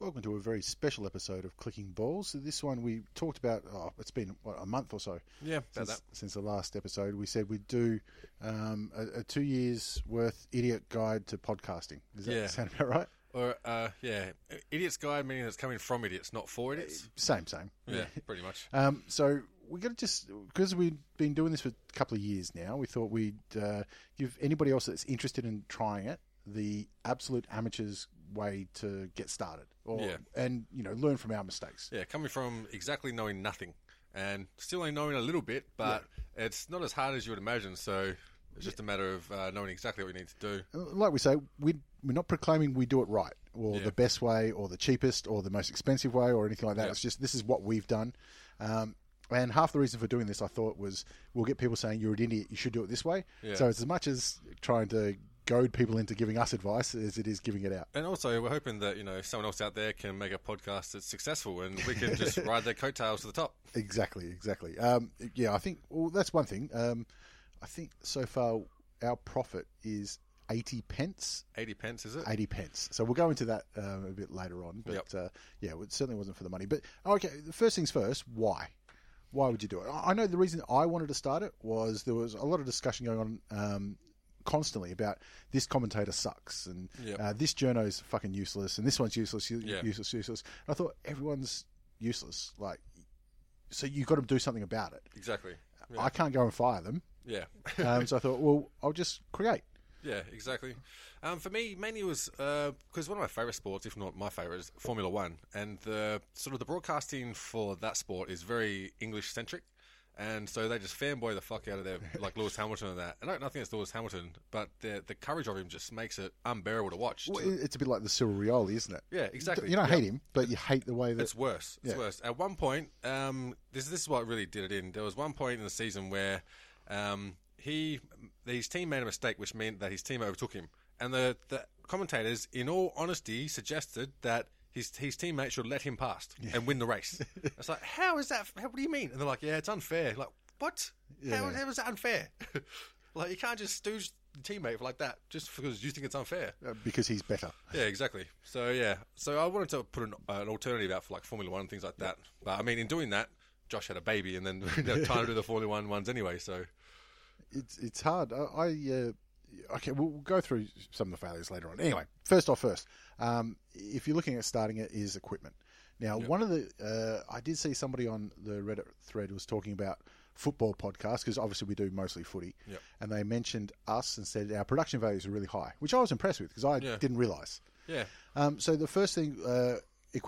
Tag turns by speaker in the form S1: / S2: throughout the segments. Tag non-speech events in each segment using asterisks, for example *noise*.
S1: Welcome to a very special episode of Clicking Balls. So This one we talked about. Oh, it's been what, a month or so.
S2: Yeah, about
S1: since,
S2: that.
S1: since the last episode, we said we'd do um, a, a two years worth idiot guide to podcasting. Does that
S2: Yeah.
S1: sound about right?
S2: Or uh, yeah, idiots guide meaning it's coming from idiots, not for idiots.
S1: Same, same.
S2: Yeah, pretty much.
S1: Um, so we got to just because we've been doing this for a couple of years now. We thought we'd uh, give anybody else that's interested in trying it the absolute amateur's way to get started, or
S2: Yeah.
S1: and you know learn from our mistakes.
S2: Yeah, coming from exactly knowing nothing and still only knowing a little bit, but it's not as hard as you would imagine. So it's just a matter of uh, knowing exactly what you need to do.
S1: Uh, like we say, we we're not proclaiming we do it right or the best way or the cheapest or the most expensive way or anything like that. It's just this is what we've done. Um, and half the reason for doing this, I thought, was we'll get people saying you're an idiot, you should do it this way. So it's as much as trying to goad people into giving us advice as it is giving it out.
S2: And also, we're hoping that you know someone else out there can make a podcast that's successful, and we can just ride their coattails to the top.
S1: Exactly, exactly. Um, yeah, I think well, that's one thing. Um, I think so far our profit is eighty pence
S2: Eighty pence, is it?
S1: 80 pence. So we'll go into that um, a bit later on. But uh, yeah, it certainly wasn't for the money. But oh, okay, the first things first, why? Why would you do it? I I know the reason I wanted to start it was there was a lot of discussion going on um, constantly about this commentator sucks and
S2: Yep.
S1: uh, this journo's fucking useless and this one's useless, u-
S2: Yeah.
S1: useless, useless. And I thought everyone's useless. Like, so you've got to do something about it.
S2: Exactly.
S1: I can't go and fire them.
S2: *laughs* Yeah.
S1: Um, so I thought, well, I'll just create.
S2: Yeah, exactly. Um, for me, mainly it was because one of my favourite sports, if not my favourite, is Formula One, and the sort of the broadcasting for that sport is very English centric, and so they just fanboy the fuck out
S1: *laughs*
S2: of their like Lewis Hamilton and that. And I, nothing against Lewis Hamilton, but the the coverage of him just makes it unbearable to watch.
S1: Well, it- It's a bit like the Cyril Rioli, isn't it?
S2: yeah, exactly.
S1: You don't
S2: Yeah.
S1: hate him, but you hate the way that.
S2: It's worse. It's
S1: Yeah.
S2: worse. At one point, um, this this is what really did it in. There was one point in the season where um, he his team made a mistake, which meant that his team overtook him, and the, the commentators, in all honesty, suggested that. His, his teammate should let him past and win the
S1: *laughs*
S2: race. it's like, how is that? How, what do you mean? And they're like, yeah, it's unfair. Like, what? How, how is that unfair? *laughs* like, you can't just stooge the teammate like that just because you think it's unfair.
S1: uh, because he's better.
S2: Yeah, exactly. So yeah, so I wanted to put an, uh, an alternative out for like Formula One and things like that. But I mean, in doing that, Josh had a baby, and then *laughs* we didn't have time to do the Formula One ones anyway. So
S1: It's it's hard. I, I uh, okay. We'll, we'll go through some of the failures later on. Anyway, first off, first, um, if you're looking at starting it, is equipment. Now, one of the uh, I did see somebody on the Reddit thread was talking about football podcasts because obviously we do mostly footy,
S2: Yep.
S1: and they mentioned us and said our production values are really high, which I was impressed with because I
S2: Yeah.
S1: didn't realise.
S2: yeah,
S1: Um, so the first thing, uh,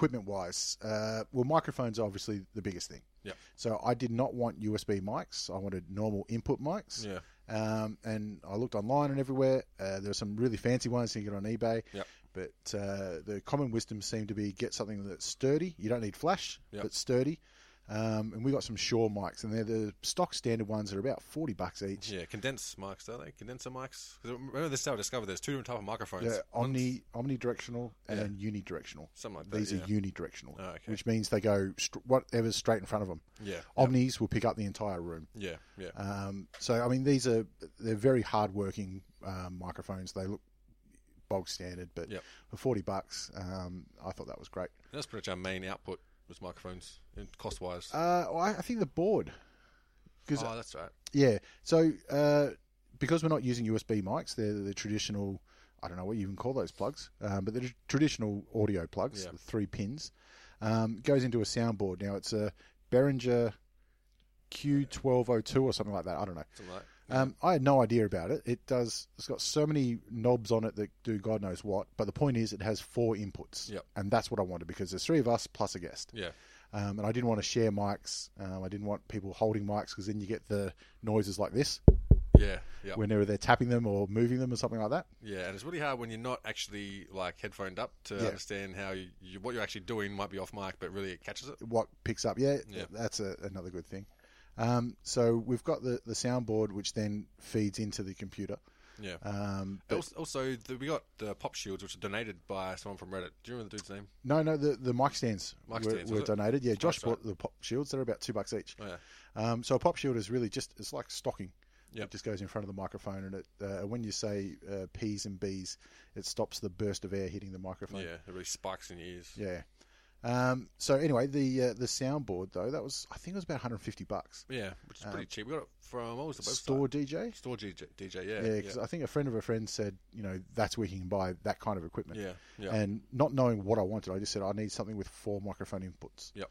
S1: equipment-wise, uh, well, microphones are obviously the biggest thing.
S2: Yep.
S1: So I did not want USB mics. I wanted normal input mics.
S2: Yeah.
S1: Um, and I looked online and everywhere. Uh, there were some really fancy ones you can get on eBay.
S2: Yep.
S1: But uh, the common wisdom seemed to be get something that's sturdy. You don't need flash,
S2: Yep.
S1: but sturdy. Um, and we got some Shaw mics, and they're the stock standard ones that are about forty bucks each.
S2: yeah. Condense mics, don't they? Condenser mics. 'Cause remember this is how I discovered there's two different type of microphones.
S1: They're omni omnidirectional and unidirectional.
S2: Something like that,
S1: These
S2: yeah.
S1: are unidirectional,
S2: Oh, okay.
S1: which means they go str whatever's straight in front of them.
S2: Yeah,
S1: Omnis will pick up the entire room.
S2: Yeah, yeah,
S1: Um, so I mean, these are they're very hard working um, microphones. They look bog standard, but
S2: Yep.
S1: for forty bucks, um, I thought that was great.
S2: that's pretty much our main output was microphones, cost wise.
S1: Uh, well, I, I think the board, because
S2: oh, that's right.
S1: yeah, so uh, because we're not using USB mics, they're the traditional. I don't know what you even call those plugs, um, but they're traditional audio plugs, the three pins. Um, goes into a soundboard. Now it's a Behringer Q1202 or something like that. I don't know. Um, I had no idea about it. It does. It's got so many knobs on it that do God knows what. But the point is, it has four inputs,
S2: Yep.
S1: and that's what I wanted because there's three of us plus a guest.
S2: Yeah.
S1: Um, and I didn't want to share mics. Um, I didn't want people holding mics because then you get the noises like this
S2: Yeah. Yeah.
S1: whenever they're tapping them or moving them or something like that.
S2: Yeah, and it's really hard when you're not actually like headphoned up to
S1: Yeah.
S2: understand how you, you what you're actually doing might be off mic, but really it catches it.
S1: what picks up. Yeah,
S2: Yeah.
S1: that's a, another good thing. Um, so we've got the, the soundboard, which then feeds into the computer.
S2: Yeah.
S1: Um, but-
S2: also, also the, we got the pop shields, which are donated by someone from Reddit. Do you remember the dude's name?
S1: no, no, the, the mic stands
S2: Mic
S1: were,
S2: stands,
S1: were
S2: was it?
S1: donated. Yeah, Josh
S2: That's
S1: bought the pop shields. They're about two bucks each.
S2: Oh, yeah.
S1: Um, so a pop shield is really just it's like stocking.
S2: Yep.
S1: It just goes in front of the microphone, and it uh, when you say uh, P's and B's, it stops the burst of air hitting the microphone.
S2: Yeah, it really spikes in your ears.
S1: Yeah. Um, so anyway, the uh, the soundboard though that was I think it was about 150 bucks.
S2: Yeah, which is pretty cheap. We got it from what was the website?
S1: Um, Store DJ.
S2: Store DJ. DJ yeah.
S1: Yeah, because I think a friend of a friend said, you know, that's where you can buy that kind of equipment.
S2: Yeah, yeah.
S1: And not knowing what I wanted, I just said I need something with four microphone inputs.
S2: Yep.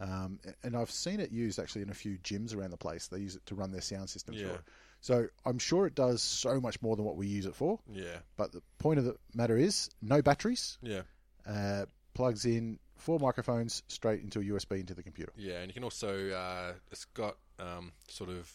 S1: Um, and I've seen it used actually in a few gyms around the place. They use it to run their sound system
S2: Yeah.
S1: through. So I'm sure it does so much more than what we use it for.
S2: Yeah.
S1: But the point of the matter is, no batteries.
S2: Yeah.
S1: Uh, plugs in four microphones straight into a USB into the computer.
S2: Yeah, and you can also uh, it's got um, sort of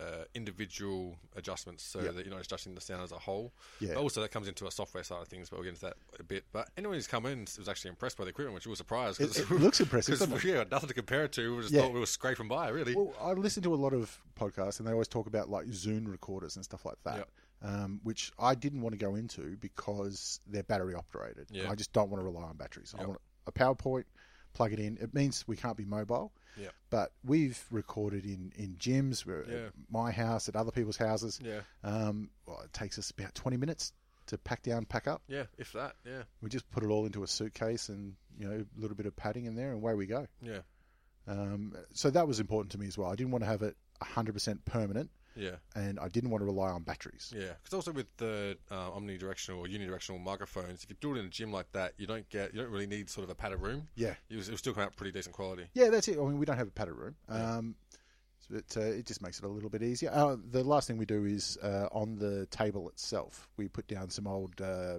S2: uh, individual adjustments so that you're not adjusting the sound as a whole.
S1: Yeah.
S2: But also that comes into a software side of things, but we'll get into that a bit. But anyone who's come in was actually impressed by the equipment, which we were surprised.
S1: It- it looks
S2: *laughs*
S1: impressive,
S2: 'cause
S1: doesn't
S2: we had nothing to compare it to. We just
S1: Yeah.
S2: thought we were scraping by, really.
S1: Well, I listen to a lot of podcasts, and they always talk about like Zoom recorders and stuff like that,
S2: Yep.
S1: um, which I didn't want to go into because they're battery operated.
S2: Yeah.
S1: I just don't want to rely on batteries. I want a PowerPoint, plug it in. It means we can't be mobile.
S2: Yep.
S1: But we've recorded in in gyms, we're
S2: Yeah.
S1: at my house, at other people's houses.
S2: Yeah.
S1: Um, well, it takes us about twenty minutes to pack down, pack up.
S2: yeah, if that. Yeah.
S1: We just put it all into a suitcase and you know a little bit of padding in there, and away we go.
S2: Yeah.
S1: Um, so that was important to me as well. I didn't want to have it 100% permanent,
S2: Yeah.
S1: and I didn't want to rely on batteries.
S2: Yeah, because also with the uh, omnidirectional or unidirectional microphones, if you do it in a gym like that, you don't get you don't really need sort of a padded room.
S1: Yeah.
S2: it will still come out pretty decent quality.
S1: Yeah, that's it. I mean, we don't have a padded room, um, so it, uh, it just makes it a little bit easier. Uh, the last thing we do is uh, on the table itself, we put down some old uh,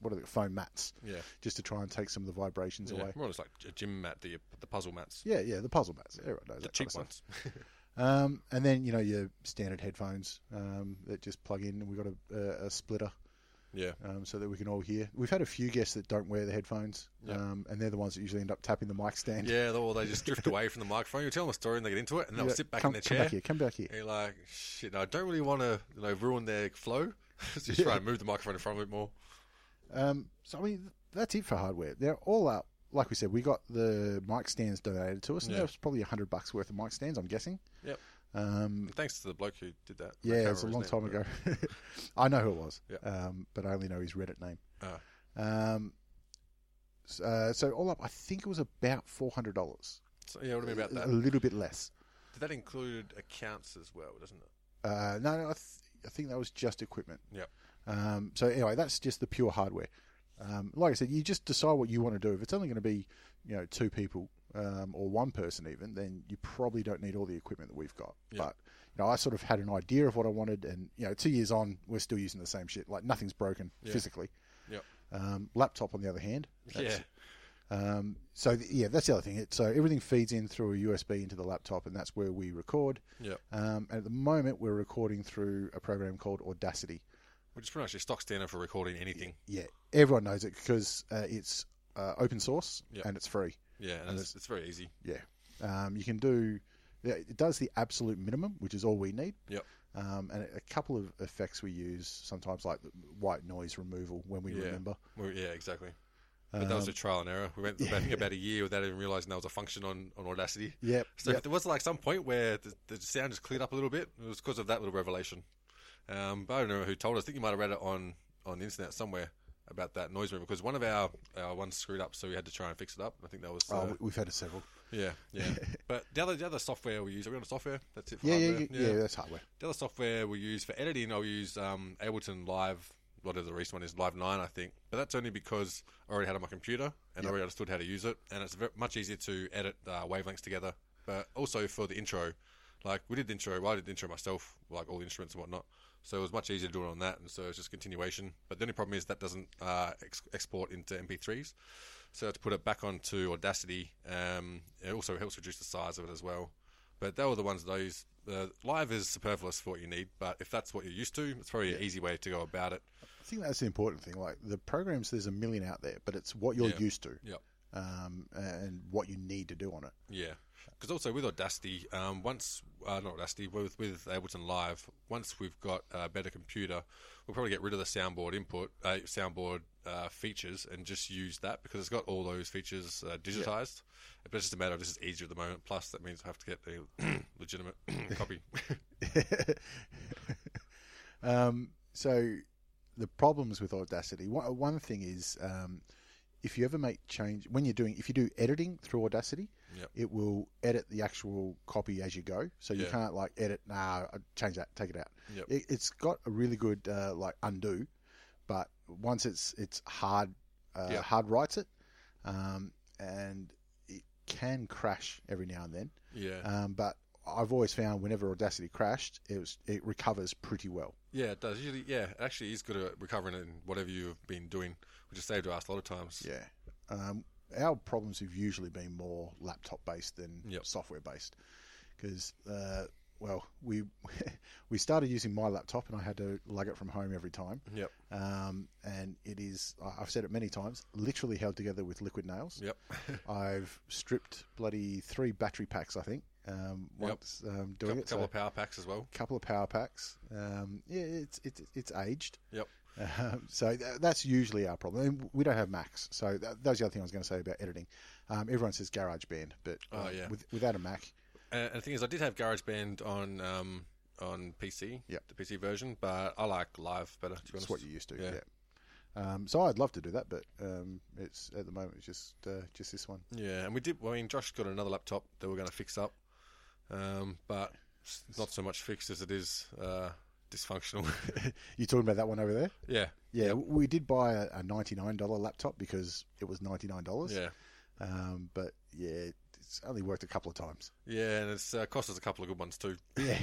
S1: what are they foam mats,
S2: Yeah.
S1: just to try and take some of the vibrations
S2: Yeah,
S1: away.
S2: more or less like a gym mat, the the puzzle mats,
S1: Yeah, yeah, the puzzle mats. Everyone knows
S2: the
S1: that kind of
S2: cheap
S1: stuff.
S2: ones.
S1: Um, and then you know your standard headphones um, that just plug in, and we've got a, a, a splitter. *laughs*
S2: yeah,
S1: um, so that we can all hear. We've had a few guests that don't wear the headphones, um, and they're the ones that usually end up tapping the mic stand.
S2: yeah. Or they just drift away from the microphone. You tell them a story and they get into it, and they'll
S1: Yeah,
S2: sit back
S1: come,
S2: in their
S1: come
S2: chair.
S1: back here. Come back here.
S2: And you're like, shit, no, I don't really want to you know, ruin their flow. *laughs* so you try and move the microphone in front of it more.
S1: Um, so I mean, that's it for hardware. They're all up. Like we said, we got the mic stands donated to us, and
S2: Yeah.
S1: that's probably a hundred bucks worth of mic stands. I'm guessing.
S2: Yep.
S1: Um,
S2: And thanks to the bloke who did that. I
S1: yeah,
S2: can't
S1: it's a long
S2: remember his
S1: time
S2: name,
S1: ago. *laughs* I know who it was,
S2: Yeah.
S1: um, but I only know his Reddit name.
S2: but- uh,
S1: Um, s- uh, so all up, I think it was about four hundred dollars,
S2: so, yeah, what do you mean about
S1: a
S2: that?
S1: little bit less.
S2: Did that include accounts as well, doesn't it?
S1: Uh, no, no I, th- I think that was just equipment.
S2: Yep.
S1: Um, so anyway, that's just the pure hardware. Um, like I said, you just decide what you want to do. If it's only going to be, you know, two people um, or one person even, then you probably don't need all the equipment that we've got. But you know, I sort of had an idea of what I wanted, and you know, two years on, we're still using the same shit. Like nothing's broken physically.
S2: Yep.
S1: Um, laptop, on the other hand,
S2: Yeah.
S1: um, so th- yeah, that's the other thing. It, so everything feeds in through a USB into the laptop, and that's where we record.
S2: Yep.
S1: Um, and at the moment, we're recording through a program called Audacity.
S2: Which is pretty much your stock standard for recording anything.
S1: Yeah, everyone knows it because uh, it's uh, open source
S2: Yep.
S1: and it's free.
S2: Yeah, and it's, it's very easy.
S1: Yeah, um, you can do. yeah, It does the absolute minimum, which is all we need.
S2: Yep.
S1: Um, and a couple of effects we use sometimes, like the white noise removal, when we
S2: Yeah.
S1: remember.
S2: Well, yeah, exactly. But that was a trial and error. We went I think about a year without even realizing there was a function on, on Audacity.
S1: Yep,
S2: So
S1: yep.
S2: there was like some point where the, the sound just cleared up a little bit. It was because of that little revelation. Um, but I don't know who told us. I think you might have read it on, on the internet somewhere about that noise removal because one of our, our ones screwed up, so we had to try and fix it up. I think that was uh,
S1: Oh, we- we've had several.
S2: yeah,
S1: *laughs*
S2: yeah. but the other the other software we use, are we on software? That's it. For
S1: Yeah, yeah,
S2: hardware?
S1: yeah, yeah, That's hardware.
S2: The other software we use for editing, I'll use um, Ableton Live a lot of the recent one is Live Nine, I think. But that's only because I already had it on my computer and I already understood how to use it, and it's ve much easier to edit uh, wavelengths together. But also for the intro, like we did the intro, well, I did the intro myself, like all the instruments and whatnot. So it was much easier to do it on that, and so it's just continuation. But the only problem is that doesn't uh, ex- export into MP3s, so I had to put it back onto Audacity. Um, it also helps reduce the size of it as well. But they were the ones that I used. The live is superfluous for what you need, but if that's what you're used to, it's probably an easy way to go about it.
S1: I think that's the important thing. Like the programs, there's a million out there, but it's what you're used to
S2: Yep.
S1: um, and what you need to do on it.
S2: Yeah, because also with Audacity, um, once uh, not Audacity with with Ableton Live, once we've got a better computer, we'll probably get rid of the soundboard input, uh, soundboard uh, features, and just use that because it's got all those features uh, digitized. But it's just a matter of this is easier at the moment. Plus, that means I have to get the *clears throat* legitimate copy.
S1: *laughs* um, so the problems with Audacity. One, one thing is um, if you ever make change when you're doing if you do editing through Audacity,
S2: Yep.
S1: it will edit the actual copy as you go. So you
S2: Yeah.
S1: can't like edit. Nah, I- change that. Take it out.
S2: Yep.
S1: It, it's got a really good uh, like undo, but once it's it's hard uh,
S2: Yeah.
S1: hard writes it, um, and it can crash every now and then.
S2: yeah,
S1: Um, but I've always found whenever Audacity crashed, it was it recovers pretty well.
S2: yeah, it does. Usually, yeah, it actually is good at recovering it in whatever you've been doing, which has saved us a lot of times.
S1: Yeah. Um, our problems have usually been more laptop based than
S2: Yep.
S1: software based because, uh, well, we *laughs* we started using my laptop and I had to lug it from home every time.
S2: Yep.
S1: Um, and it is, I- I've said it many times, literally held together with liquid nails.
S2: Yep.
S1: I've stripped bloody three battery packs, I think, um, once um, doing
S2: couple,
S1: it. So,
S2: couple of power packs as well.
S1: couple of power packs. Um, yeah, it's, it's, it's aged.
S2: Yep.
S1: Um, so th- that's usually our problem. And we don't have Macs, so that, that was the other thing I was going to say about editing. Um, everyone says GarageBand, but uh,
S2: Oh, yeah.
S1: with, without a Mac,
S2: And and the thing is, I did have GarageBand on um, on PC,
S1: Yep.
S2: the PC version, but I like Live better. To be
S1: it's
S2: honest,
S1: what you're used to. Yeah.
S2: Yeah.
S1: Um, so I'd love to do that, but um, it's at the moment it's just uh, just this one.
S2: yeah. And we did. well, I mean, Josh got another laptop that we're going to fix up, um, but it's not so much fixed as it is uh, dysfunctional. *laughs*
S1: You talking about that one over there?
S2: yeah,
S1: Yeah, we did buy a, a ninety nine dollar laptop because it was ninety nine dollars.
S2: yeah,
S1: Um, but yeah, it's only worked a couple of times. *laughs*
S2: yeah. And it's uh, cost us a couple of good ones too.
S1: Yeah,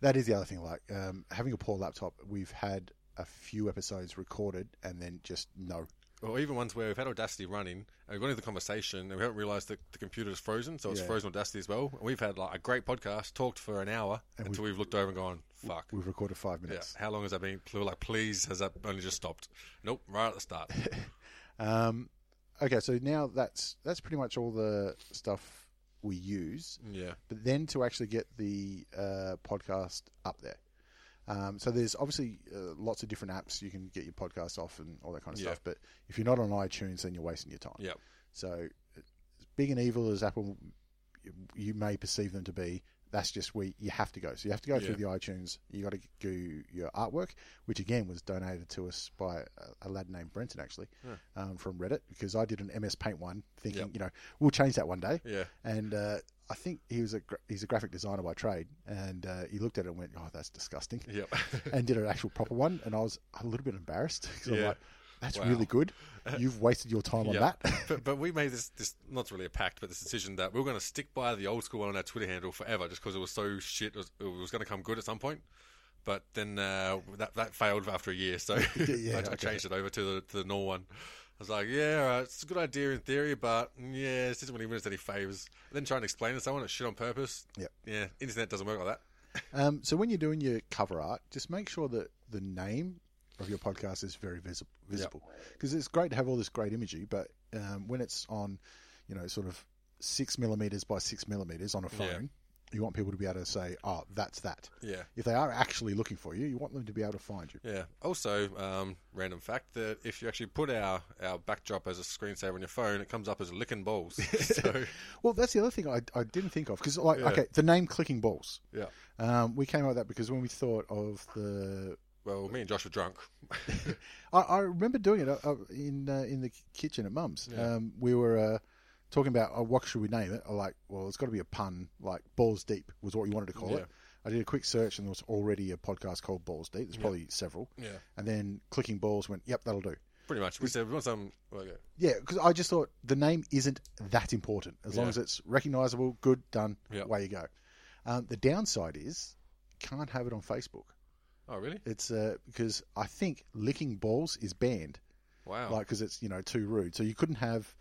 S1: that is the other thing. Like um, having a poor laptop, we've had a few episodes recorded and then just no.
S2: Or even ones where we've had Audacity running and we've gone into the conversation and we haven't realised that the computer is frozen, so it's
S1: Yeah.
S2: frozen Audacity as well. And we've had like a great podcast, talked for an hour until we've, looked over and gone, "Fuck."
S1: We've recorded five
S2: Yeah.
S1: minutes.
S2: How long has that been? We were like, please, has that only just stopped? Nope. Right at the start.
S1: Um, okay, so now that's that's pretty much all the stuff we use.
S2: yeah.
S1: But then to actually get the uh, podcast up there, um, so there's obviously uh, lots of different apps you can get your podcast off and all that kind of
S2: Yeah.
S1: stuff. But if you're not on iTunes, then you're wasting your time.
S2: Yep.
S1: So, as big and evil as Apple, you may perceive them to be. That's just where you have to go. So you have to go through the
S2: Yeah.
S1: iTunes. You got to do your artwork, which again was donated to us by a, a lad named Brenton actually um, from Reddit because I did an MS Paint one, thinking you know we'll change that one day.
S2: Yeah.
S1: And uh, I think he was a gra- he's a graphic designer by trade, and uh, he looked at it and went, "Oh, that's
S2: *laughs*
S1: disgusting,"
S2: Yep.
S1: and did an actual proper one. And I was a little bit embarrassed *laughs* 'cause I'm
S2: Yeah.
S1: like, "That's really
S2: *laughs*
S1: good. You've wasted your time on that."
S2: Yep.
S1: *laughs*
S2: *laughs* but, but we made this, this, not really a pact, but this decision that we were going to stick by the old school one on our Twitter handle forever just because it was so shit. It was, it was going to come good at some point. But then uh, that, that failed after a
S1: *laughs*
S2: year. So *laughs*
S1: yeah,
S2: I, I
S1: okay.
S2: changed it over to the, to the Nor one. I was like, yeah, all right, it's a good idea in theory, but mm, yeah, this doesn't really win us any favors. Then trying to explain to someone it's shit on purpose.
S1: Yep.
S2: Yeah, internet doesn't work like that.
S1: Um, so when you're doing your cover art, just make sure that the name of your podcast is very visi- visible because it's great to have all this great imagery, but um, when it's on, you know, sort of six millimeters by six millimeters on a phone, you want people to be able to say, "Oh, that's that."
S2: Yeah.
S1: If they are actually looking for you, you want them to be able to find you.
S2: Yeah. Also, um, random fact that if you actually put our, our backdrop as a screensaver on your phone, it comes up as licking balls. *laughs* so,
S1: Well, that's the other thing I, I didn't think of because, like, okay, the name "Clicking Balls."
S2: yeah.
S1: Um, we came up with that because when we thought of the
S2: Well, me and Josh were drunk.
S1: I, I remember doing it uh, uh, in uh, in the kitchen at Mum's. Um, we were uh, talking about oh, what should we name it? I'm like, well, it's got to be a pun. Like balls deep was what you wanted to call it. I did a quick search and there was already a podcast called Balls Deep. There's probably several.
S2: Yeah.
S1: And then clicking balls went, yep, that'll do.
S2: *laughs* Pretty much. We said we want some. Well, yeah.
S1: Yeah, because I just thought the name isn't that important as long
S2: Yeah.
S1: as it's recognizable, good, done,
S2: Yeah.
S1: away you go. Um, the downside is can't have it on Facebook.
S2: Oh, really?
S1: It's uh, because I think licking balls is banned, Like 'cause
S2: Wow.
S1: like because it's you know too rude. So you couldn't have,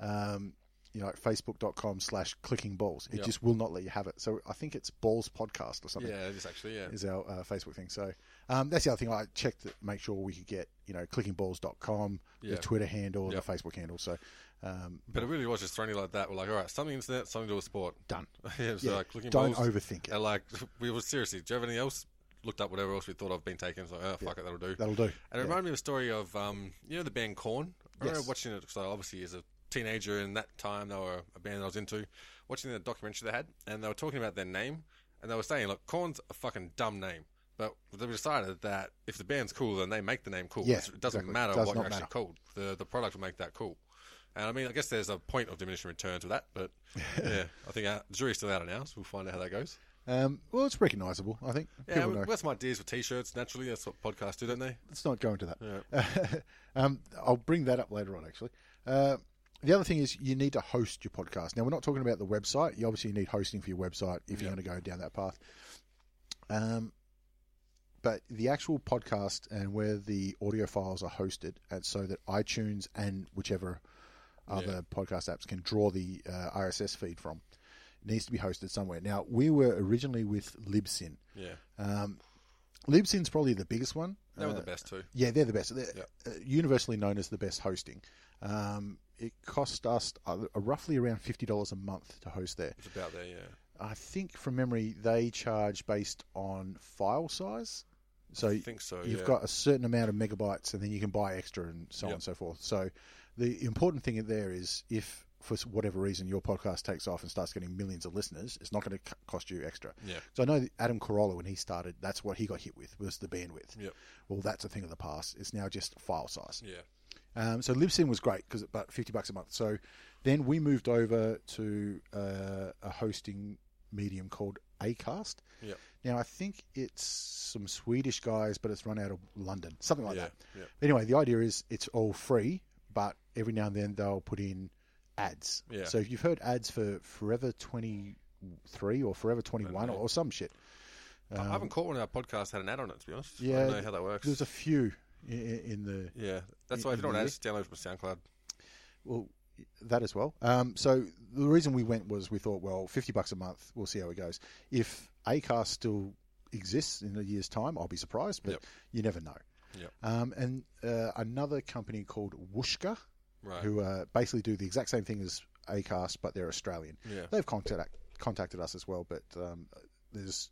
S1: um, you know, Facebook.com slash clicking balls. It
S2: Yeah.
S1: just will not let you have it. So I think it's balls podcast or something
S2: yeah, this actually, yeah.
S1: is our uh, Facebook thing. So um, that's the other thing I checked to make sure we could get, you know, clickingballs.com,
S2: Yeah.
S1: the Twitter handle,
S2: Yep.
S1: the Facebook handle. So um,
S2: But it really was just thrown in like that. We're like, all right, something internet, something to do with sport.
S1: done.
S2: *laughs* yeah, so
S1: Yeah,
S2: like looking
S1: don't
S2: balls,
S1: overthink it.
S2: And like, *laughs* we were seriously, do you have anything else? Looked up whatever else we thought I've been taking. So, oh, fuck it, that'll do.
S1: That'll do.
S2: And it reminded me of a story of, um, you know, the band Corn. I remember
S1: Yes.
S2: watching it because I obviously as a teenager in that time they were a band I was into. Watching the documentary they had, and they were talking about their name, and they were saying, "Look, Corn's a fucking dumb name." But they decided that if the band's cool, then they make the name cool.
S1: Yeah,
S2: It's- it doesn't
S1: exactly.
S2: matter
S1: Does
S2: what
S1: not
S2: you're actually
S1: matter.
S2: called. The the product will make that cool. And I mean, I guess there's a point of diminishing returns with that,
S1: *laughs*
S2: but yeah, I think uh, the jury's still out on ours. We'll find out how that goes.
S1: Um, well, it's recognizable, I think.
S2: Yeah,
S1: People
S2: we-
S1: know.
S2: that's my ideas with t-shirts. Naturally, that's what podcasts do, don't they?
S1: Let's not go into that. *laughs* um, I'll bring that up later on, actually. Uh, the other thing is you need to host your podcast. Now, we're not talking about the website. You obviously need hosting for your website if you're going to go down that path. Um, but the actual podcast and where the audio files are hosted, and so that iTunes and whichever other podcast apps can draw the uh, RSS feed from, needs to be hosted somewhere. Now, we were originally with Libsyn.
S2: Yeah,
S1: Libsyn's probably the biggest one.
S2: they were
S1: Uh,
S2: the best too.
S1: yeah, they're the best. They're uh, universally known as the best hosting. Um, it cost us uh, roughly around fifty dollars a month to host there.
S2: It's about there, yeah.
S1: I think from memory they charge based on file size. So
S2: I think so,
S1: You've
S2: yeah.
S1: got a certain amount of megabytes, and then you can buy extra and so on
S2: Yep.
S1: and so forth. So the important thing there is if for whatever reason your podcast takes off and starts getting millions of listeners, it's not going to cost you extra.
S2: Yeah.
S1: So I know that Adam Carolla when he started, that's what he got hit with was the bandwidth.
S2: Yep.
S1: Well, that's a thing of the past. It's now just file size.
S2: Yeah.
S1: Um, so Libsyn was great because about fifty bucks a month. So then we moved over to uh, a hosting medium called Acast.
S2: Yep.
S1: Now I think it's some Swedish guys, but it's run out of London, something like
S2: Yeah,
S1: that.
S2: yeah.
S1: Anyway, the idea is it's all free, but every now and then they'll put in ads.
S2: Yeah.
S1: So if you've heard ads for Forever Twenty Three or Forever Twenty One or, or some shit,
S2: I haven't caught one of our podcasts had an ad on it, to be honest. I
S1: Um, yeah,
S2: don't know how that works.
S1: There's a few i- i- in the
S2: yeah, that's why if you don't want ads, download from SoundCloud.
S1: Well, that as well. Um, so the reason we went was we thought, well, fifty bucks a month, we'll see how it goes. If Acast still exists in a year's time, I'll be surprised, but
S2: Yep.
S1: you never know.
S2: Yep.
S1: Um, and uh, another company called Wooshka,
S2: Right.
S1: who uh, basically do the exact same thing as Acast, but they're Australian.
S2: Yeah.
S1: They've contact, contacted us as well, but um, there's.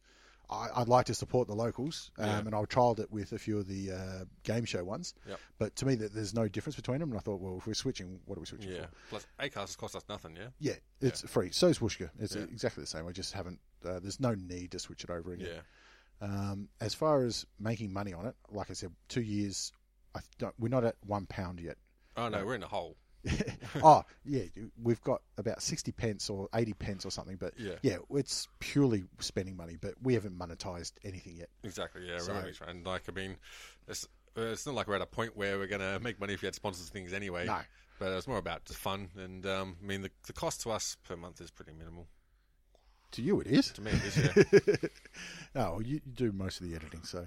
S1: I, I'd like to support the locals, um,
S2: Yeah.
S1: and I've trialled it with a few of the uh, game show ones.
S2: Yep.
S1: But to me, that there's no difference between them, and I thought, well, if we're switching, what are we switching
S2: Yeah.
S1: for?
S2: Plus, Acast has cost us nothing, yeah?
S1: Yeah, it's free. So is Wooshka. It's exactly the same. I just haven't. Uh, there's no need to switch it over again.
S2: Yeah.
S1: Um, as far as making money on it, like I said, two years. I don't, we're not at one pound yet.
S2: Oh, no, we're in a hole.
S1: oh yeah, we've got about sixty pence or eighty pence or something. But
S2: Yeah.
S1: it's purely spending money. But we haven't monetized anything yet.
S2: Exactly, yeah. We're in a- and, like, I mean, it's, uh, it's not like we're at a point where we're going to make money if we had sponsors and things anyway.
S1: No.
S2: But it's more about just fun. And, um, I mean, the, the cost to us per month is pretty minimal.
S1: To you, it is. *laughs*
S2: To me, it is, yeah.
S1: Oh, you, you do most of the editing, so.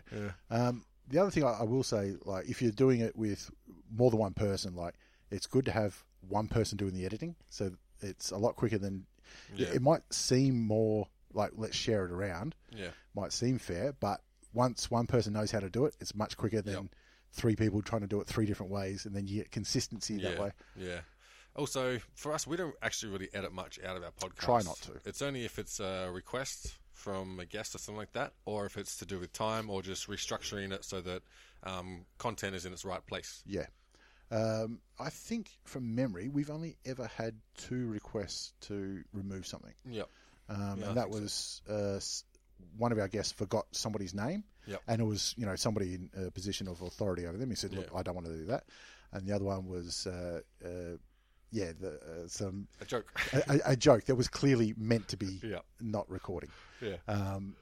S1: Um, the other thing I, I will say, like, if you're doing it with more than one person, like, it's good to have one person doing the editing, so it's a lot quicker than.
S2: Yeah.
S1: It might seem more like let's share it around,
S2: yeah.
S1: might seem fair, but once one person knows how to do it, it's much quicker than three people trying to do it three different ways, and then you get consistency that
S2: yeah,
S1: way.
S2: Yeah. Also, for us, we don't actually really edit much out of our podcast.
S1: Try not to.
S2: It's only if it's a request from a guest or something like that, or if it's to do with time or just restructuring it so that um, content is in its right place.
S1: Yeah. Um, I think from memory, we've only ever had two requests to remove something.
S2: Yep.
S1: Um,
S2: Yeah, I
S1: and that
S2: think so.
S1: was uh, s- one of our guests forgot somebody's name,
S2: Yep.
S1: and it was you know somebody in a position of authority over them. He said, "Look, I don't want to do that." And the other one was, uh, uh, yeah, the, uh, some
S2: A joke.
S1: *laughs* a, a joke that was clearly meant to be
S2: *laughs* Yeah.
S1: not recording.
S2: yeah.
S1: Um,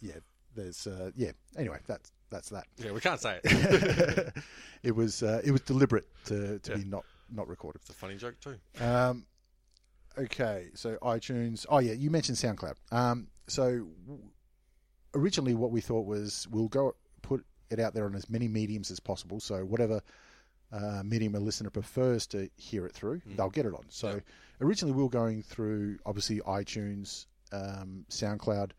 S1: yeah, there's uh, yeah. Anyway, that's that's that.
S2: *laughs*
S1: *laughs*
S2: Yeah, we can't say it. It's
S1: It was uh, it was deliberate to, to be not not recorded.
S2: a funny joke too.
S1: Um, okay, so iTunes. Oh yeah, you mentioned SoundCloud. Um, so w- originally, what we thought was we'll go put it out there on as many mediums as possible. So whatever uh, medium a listener prefers to hear it through,
S2: Mm.
S1: they'll get it on. So originally, we were going through obviously iTunes, um, SoundCloud,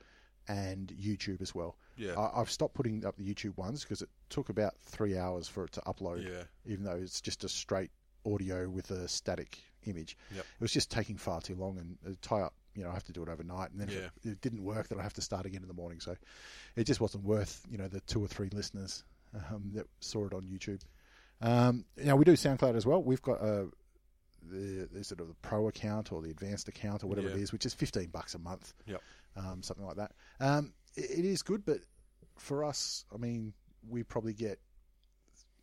S1: and YouTube as well.
S2: Yeah.
S1: I, I've stopped putting up the YouTube ones because it took about three hours for it to upload
S2: Yeah.
S1: even though it's just a straight audio with a static image.
S2: Yep.
S1: It was just taking far too long and it'd tie up. You know, I have to do it overnight, and then if
S2: Yeah.
S1: it, it didn't work, then I have to start again in the morning. So it just wasn't worth you know the two or three listeners um, that saw it on YouTube. Um, now we do SoundCloud as well. We've got a the, the sort of the pro account or the advanced account or whatever it
S2: Yeah.
S1: is, which is fifteen bucks a month
S2: Yep.
S1: um, something like that. Um, it, it is good, but for us, I mean, we probably get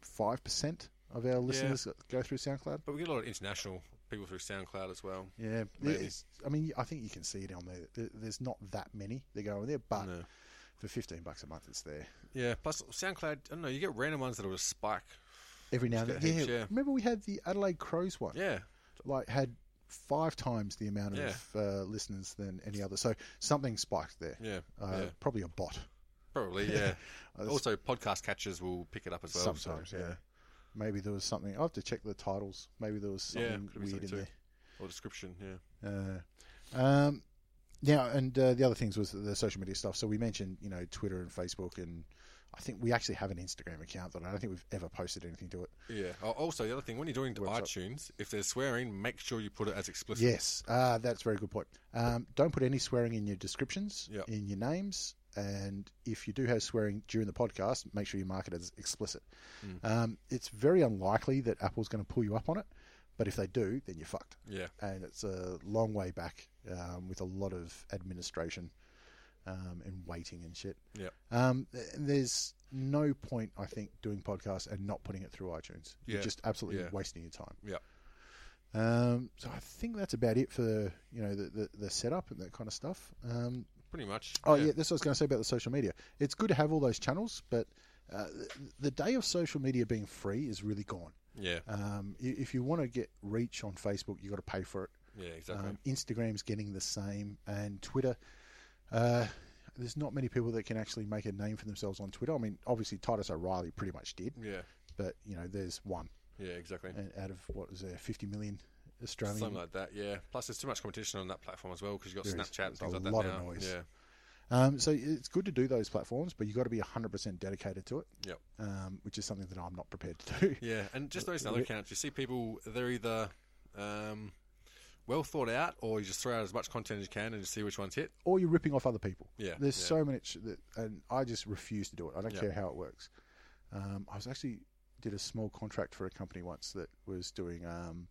S1: five percent of our listeners go through SoundCloud.
S2: But we get a lot of international people through SoundCloud as well.
S1: Yeah,
S2: Really?
S1: it's- I mean, I think you can see it on there. There- There's not that many that go on there, but
S2: No.
S1: for fifteen bucks a month, it's there
S2: Yeah. Plus SoundCloud, I don't know. You get random ones that will just spike.
S1: every now and
S2: It's
S1: then.
S2: got
S1: Yeah,
S2: heaps, yeah.
S1: remember we had the Adelaide Crows one.
S2: Yeah.
S1: like had five times the amount
S2: Yeah.
S1: of uh, listeners than any other. So something spiked there.
S2: Yeah,
S1: uh,
S2: yeah.
S1: probably a bot. *laughs*
S2: Probably. Yeah. also, podcast catchers will pick it up as well. so,
S1: Sometimes, yeah. Maybe there was something. I have to check the titles. Maybe there was
S2: Yeah,
S1: something
S2: could be
S1: weird in
S2: something too. Or description. Yeah.
S1: there. Uh, um, yeah, and uh, the other things was the social media stuff. So we mentioned, you know, Twitter and Facebook, and I think we actually have an Instagram account that I don't think we've ever posted anything to it.
S2: Yeah. Oh, also, the other thing, when you're doing iTunes, if there's swearing, make sure you put it as explicit.
S1: Yes, ah, that's a very good point. Um, don't put any swearing in your descriptions,
S2: Yep.
S1: in your names, and if you do have swearing during the podcast, make sure you mark it as explicit. Um, it's very unlikely that Apple's going to pull you up on it, but if they do, then you're fucked.
S2: Yeah.
S1: and it's a long way back um, with a lot of administration um, and waiting and shit.
S2: Yeah.
S1: Um, th- there's no point, I think, doing podcasts and not putting it through iTunes. You're
S2: Yeah.
S1: just absolutely
S2: Yeah.
S1: wasting your time.
S2: Yeah.
S1: Um, so I think that's about it for you know the, the, the setup and that kind of stuff. Um,
S2: Pretty much.
S1: oh yeah. that's what I was going to say about the social media. It's good to have all those channels, but uh, the, the day of social media being free is really gone.
S2: Yeah.
S1: Um, i- if you want to get reach on Facebook, you got to pay for it.
S2: Yeah, exactly.
S1: Um, Instagram's getting the same, and Twitter. Uh, there's not many people that can actually make a name for themselves on Twitter. I mean, obviously Titus O'Reilly pretty much did,
S2: yeah.
S1: but you know, there's one
S2: Yeah, exactly.
S1: and out of what was there, 50 million Australian.
S2: Something like that, yeah. Plus, there's too much competition on that platform as well because you've got
S1: There is.
S2: Snapchat and
S1: There's
S2: things
S1: a
S2: like that
S1: lot of
S2: now.
S1: noise.
S2: Yeah,
S1: Um, so it's good to do those platforms, but you've got to be 100% dedicated to it,
S2: yep.
S1: um, which is something that I'm not prepared to do.
S2: Yeah, and just notice another accounts. You see people, they're either um, well thought out or you just throw out as much content as you can and just see which one's hit.
S1: Or you're ripping off other people.
S2: Yeah,
S1: There's
S2: yeah.
S1: so much that, and I just refuse to do it. I don't
S2: Yeah.
S1: care how it works. Um, I was actually did a small contract for a company once that was doing, um,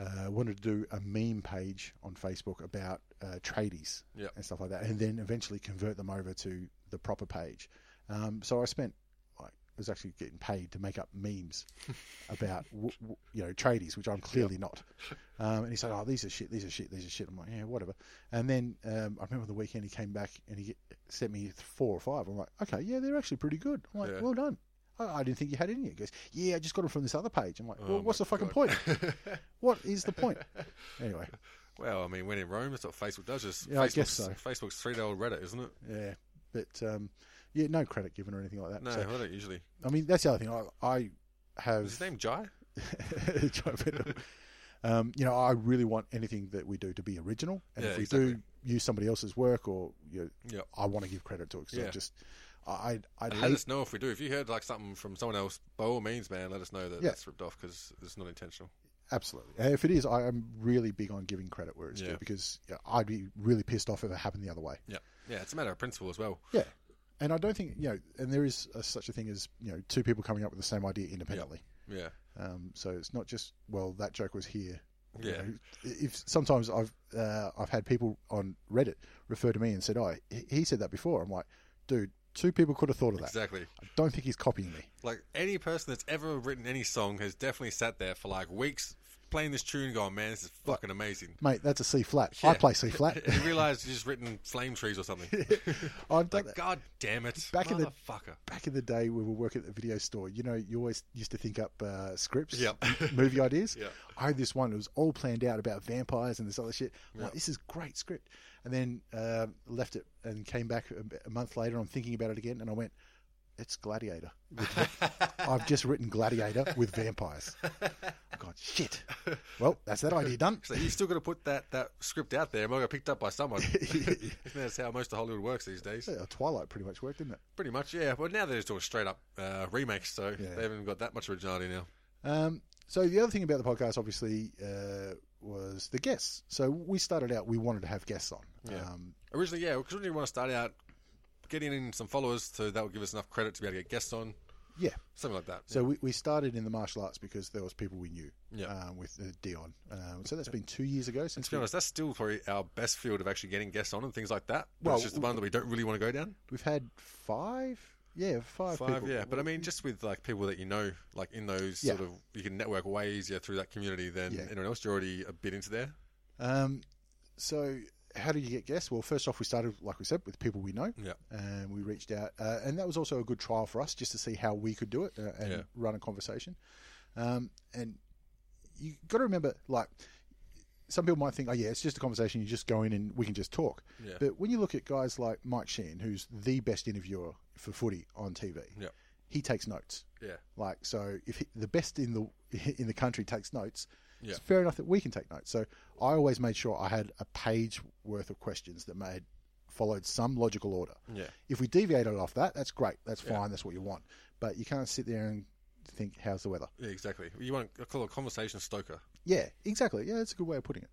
S1: uh, wanted to do a meme page on Facebook about uh, tradies
S2: Yeah.
S1: and stuff like that, and then eventually convert them over to the proper page. Um, so I spent like I was actually getting paid to make up memes *laughs* about w- w- you know tradies, which I'm clearly not. Um, and he said, "Oh, these are shit. These are shit. These are shit." I'm like, "Yeah, whatever." And then um, I remember the weekend he came back and he sent me four or five. I'm like, "Okay, yeah, they're actually pretty good." I'm like,
S2: Yeah.
S1: "Well done." I, I didn't think you had any. He goes, "Yeah, I just got them from this other page." I'm like,
S2: Oh
S1: "Well, what's the fucking
S2: *laughs*
S1: point? what is the point?" Anyway,
S2: Well, I mean, when in Rome, that's what Facebook does. Just
S1: Yeah, I guess
S2: Facebook's- Facebook's three day old Reddit, isn't it?
S1: yeah, but um, yeah, no credit given or anything like that.
S2: No,
S1: So-
S2: I don't usually.
S1: I mean, that's the other thing. I, I
S2: Is his
S1: have,
S2: name Jai?
S1: *laughs* Joe Venom. um, you know, I really want anything that we do to be original, and
S2: Yeah,
S1: if we do
S2: exactly.
S1: use somebody else's work, or you know,
S2: Yep.
S1: I want to give credit to it because
S2: Yeah.
S1: I just, I, I, I
S2: Let
S1: hate,
S2: us know if we do. If you heard like something from someone else, by all means, man, let us know that
S1: Yeah.
S2: that's ripped off because it's not intentional.
S1: absolutely. And if it is, I am really big on giving credit where it's
S2: Yeah.
S1: due because yeah, I'd be really pissed off if it happened the other way.
S2: Yeah, yeah, it's a matter of principle as well.
S1: Yeah, and I don't think you know, and there is uh such a thing as you know, two people coming up with the same idea independently.
S2: Yeah,
S1: Um, so it's not just well that joke was here. You
S2: Yeah.
S1: know, if sometimes I've uh, I've had people on Reddit refer to me and said, "Oh, he- he said that before." I'm like, dude, two people could have thought of that.
S2: exactly.
S1: I don't think he's copying me.
S2: Like any person that's ever written any song has definitely sat there for like weeks playing this tune, and going, man, this is fucking amazing.
S1: Mate, that's a C flat. *laughs* I play C flat.
S2: and *laughs* you realise you've just written flame trees or something.
S1: *laughs* I've done
S2: like,
S1: that.
S2: God damn it,
S1: Back in the-
S2: motherfucker.
S1: Back in the day, we were working at the video store. You know, you always used to think up uh, scripts,
S2: Yeah. *laughs*
S1: movie ideas.
S2: Yeah.
S1: I had this one. It was all planned out about vampires and this other shit. I'm like, this is great script. And then uh, left it and came back a, a month later. I'm thinking about it again, and I went, "It's
S2: *laughs*
S1: Gladiator." with- I've just written Gladiator with
S2: *laughs*
S1: vampires. God, shit. Well, that's that idea
S2: *laughs*
S1: done.
S2: So he's still going to put that, that script out there. It might get picked up by
S1: *laughs*
S2: someone. *laughs* That's how most of Hollywood works these days.
S1: Yeah, Uh, Twilight pretty much worked, didn't it?
S2: Pretty much, yeah. Well, now they're just doing straight up uh, remakes, so
S1: Yeah.
S2: they haven't even got that much originality now.
S1: Um, so the other thing about the podcast, obviously, uh, was the guests. So we started out, we wanted to have guests on. Um,
S2: Originally, yeah, because we didn't want to start out getting in some followers, so that would give us enough credit to be able to get guests on,
S1: yeah.
S2: something like that.
S1: So we, we started in the martial arts because there was people we knew
S2: Yeah.
S1: um, with uh, Dion. Um, so that's been two years ago since
S2: to be
S1: we,
S2: honest, that's still probably our best field of actually getting guests on and things like that. Well,
S1: Well,
S2: it's just the one that we don't really want to go down.
S1: we've had five. Yeah, five,
S2: Five,
S1: people.
S2: yeah. But I mean, just with like people that you know, like in those
S1: Yeah.
S2: sort of, you can network way easier through that community than
S1: Yeah.
S2: anyone else. You're already a bit into there.
S1: Um, so how do you get guests? Well, first off, we started, like we said, with people we know.
S2: Yeah.
S1: And we reached out, uh, and that was also a good trial for us just to see how we could do it uh, and
S2: Yeah.
S1: run a conversation. Um, and you got to remember, like, some people might think, oh, yeah, it's just a conversation. You just go in and we can just talk.
S2: Yeah.
S1: But when you look at guys like Mike Sheen, who's the best interviewer for footy on TV,
S2: Yeah.
S1: he takes notes.
S2: Yeah.
S1: Like so, if he, the best in the *laughs* in the country takes notes,
S2: Yeah.
S1: it's fair enough that we can take notes. So I always made sure I had a page worth of questions that made followed some logical order.
S2: Yeah.
S1: If we deviated off that, that's great. That's fine. That's what you want. But you can't sit there and think, "How's the weather?"
S2: Yeah, exactly. You want to call it a conversation stoker.
S1: Yeah, exactly. Yeah, that's a good way of putting it.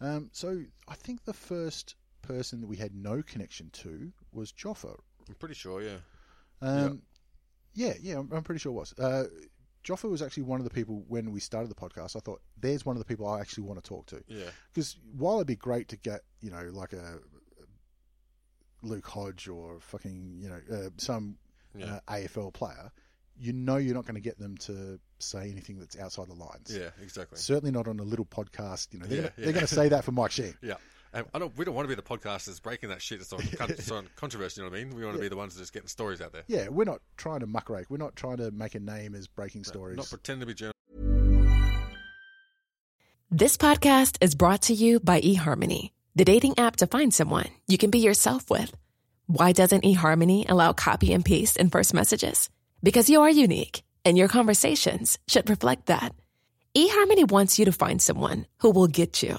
S1: Um, so I think the first person that we had no connection to was Joffa.
S2: I'm pretty sure, yeah.
S1: Um, yeah, yeah, I'm, I'm pretty sure it was. Uh, Joffa was actually one of the people when we started the podcast. I thought, there's one of the people I actually want to talk to.
S2: Yeah.
S1: Because while it'd be great to get, you know, like a Luke Hodge or fucking, you know, uh, some uh, AFL player, you know you're not going to get them to say anything that's outside the lines.
S2: Yeah, exactly.
S1: Certainly not on a little podcast. You know, they're
S2: Yeah,
S1: gonna-
S2: yeah.
S1: they're going to say that for Mike
S2: *laughs*
S1: Sheen.
S2: Yeah. Um, I don't, we don't want to be the podcast that's breaking that shit that's on,
S1: *laughs*
S2: that's on controversy, you know what I mean? We want to be the ones that's getting stories out there.
S1: Yeah, we're not trying to muckrake. We're not trying to make a name as breaking stories.
S2: Not pretend to be journalists.
S3: This podcast is brought to you by eHarmony, the dating app to find someone you can be yourself with. Why doesn't eHarmony allow copy and paste in first messages? Because you are unique and your conversations should reflect that. eHarmony wants you to find someone who will get you.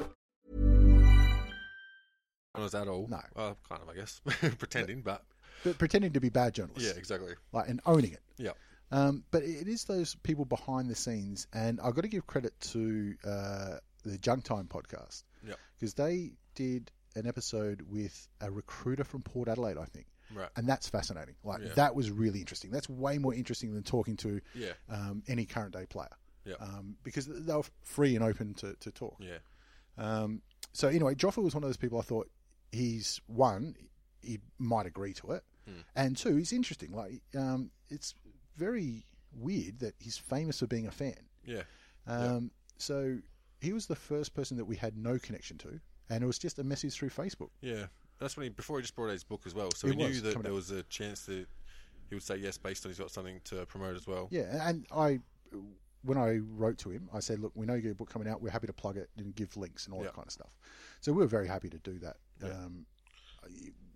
S2: Was that all?
S1: No.
S2: Well, kind of, I guess. *laughs* Pretending, but
S1: but pretending to be bad journalists.
S2: yeah, exactly.
S1: like and owning it.
S2: Yeah.
S1: Um, but it is those people behind the scenes, and I've got to give credit to uh, the Junk Time podcast
S2: Yep.
S1: because they did an episode with a recruiter from Port Adelaide, I think.
S2: Right.
S1: And that's fascinating. Like
S2: Yeah.
S1: that was really interesting. That's way more interesting than talking to
S2: Yeah.
S1: um, any current day player.
S2: Yeah.
S1: Um, because they were free and open to, to talk.
S2: Yeah.
S1: Um, so anyway, Joffa was one of those people I thought he's one, he might agree to it, and two, he's interesting. Like um, it's very weird that he's famous for being a fan.
S2: Yeah.
S1: Um, So he was the first person that we had no connection to, and it was just a message through Facebook.
S2: Yeah. That's when he, before he just brought out his book as well. So
S1: It
S2: we knew
S1: was
S2: that
S1: coming
S2: there
S1: up.
S2: was a chance that he would say yes based on he's got something to promote as well.
S1: Yeah, and I when I wrote to him, I said, "Look, we know you got a book coming out. We're happy to plug it and give links and all
S2: Yeah.
S1: that kind of stuff." So we were very happy to do that. Um,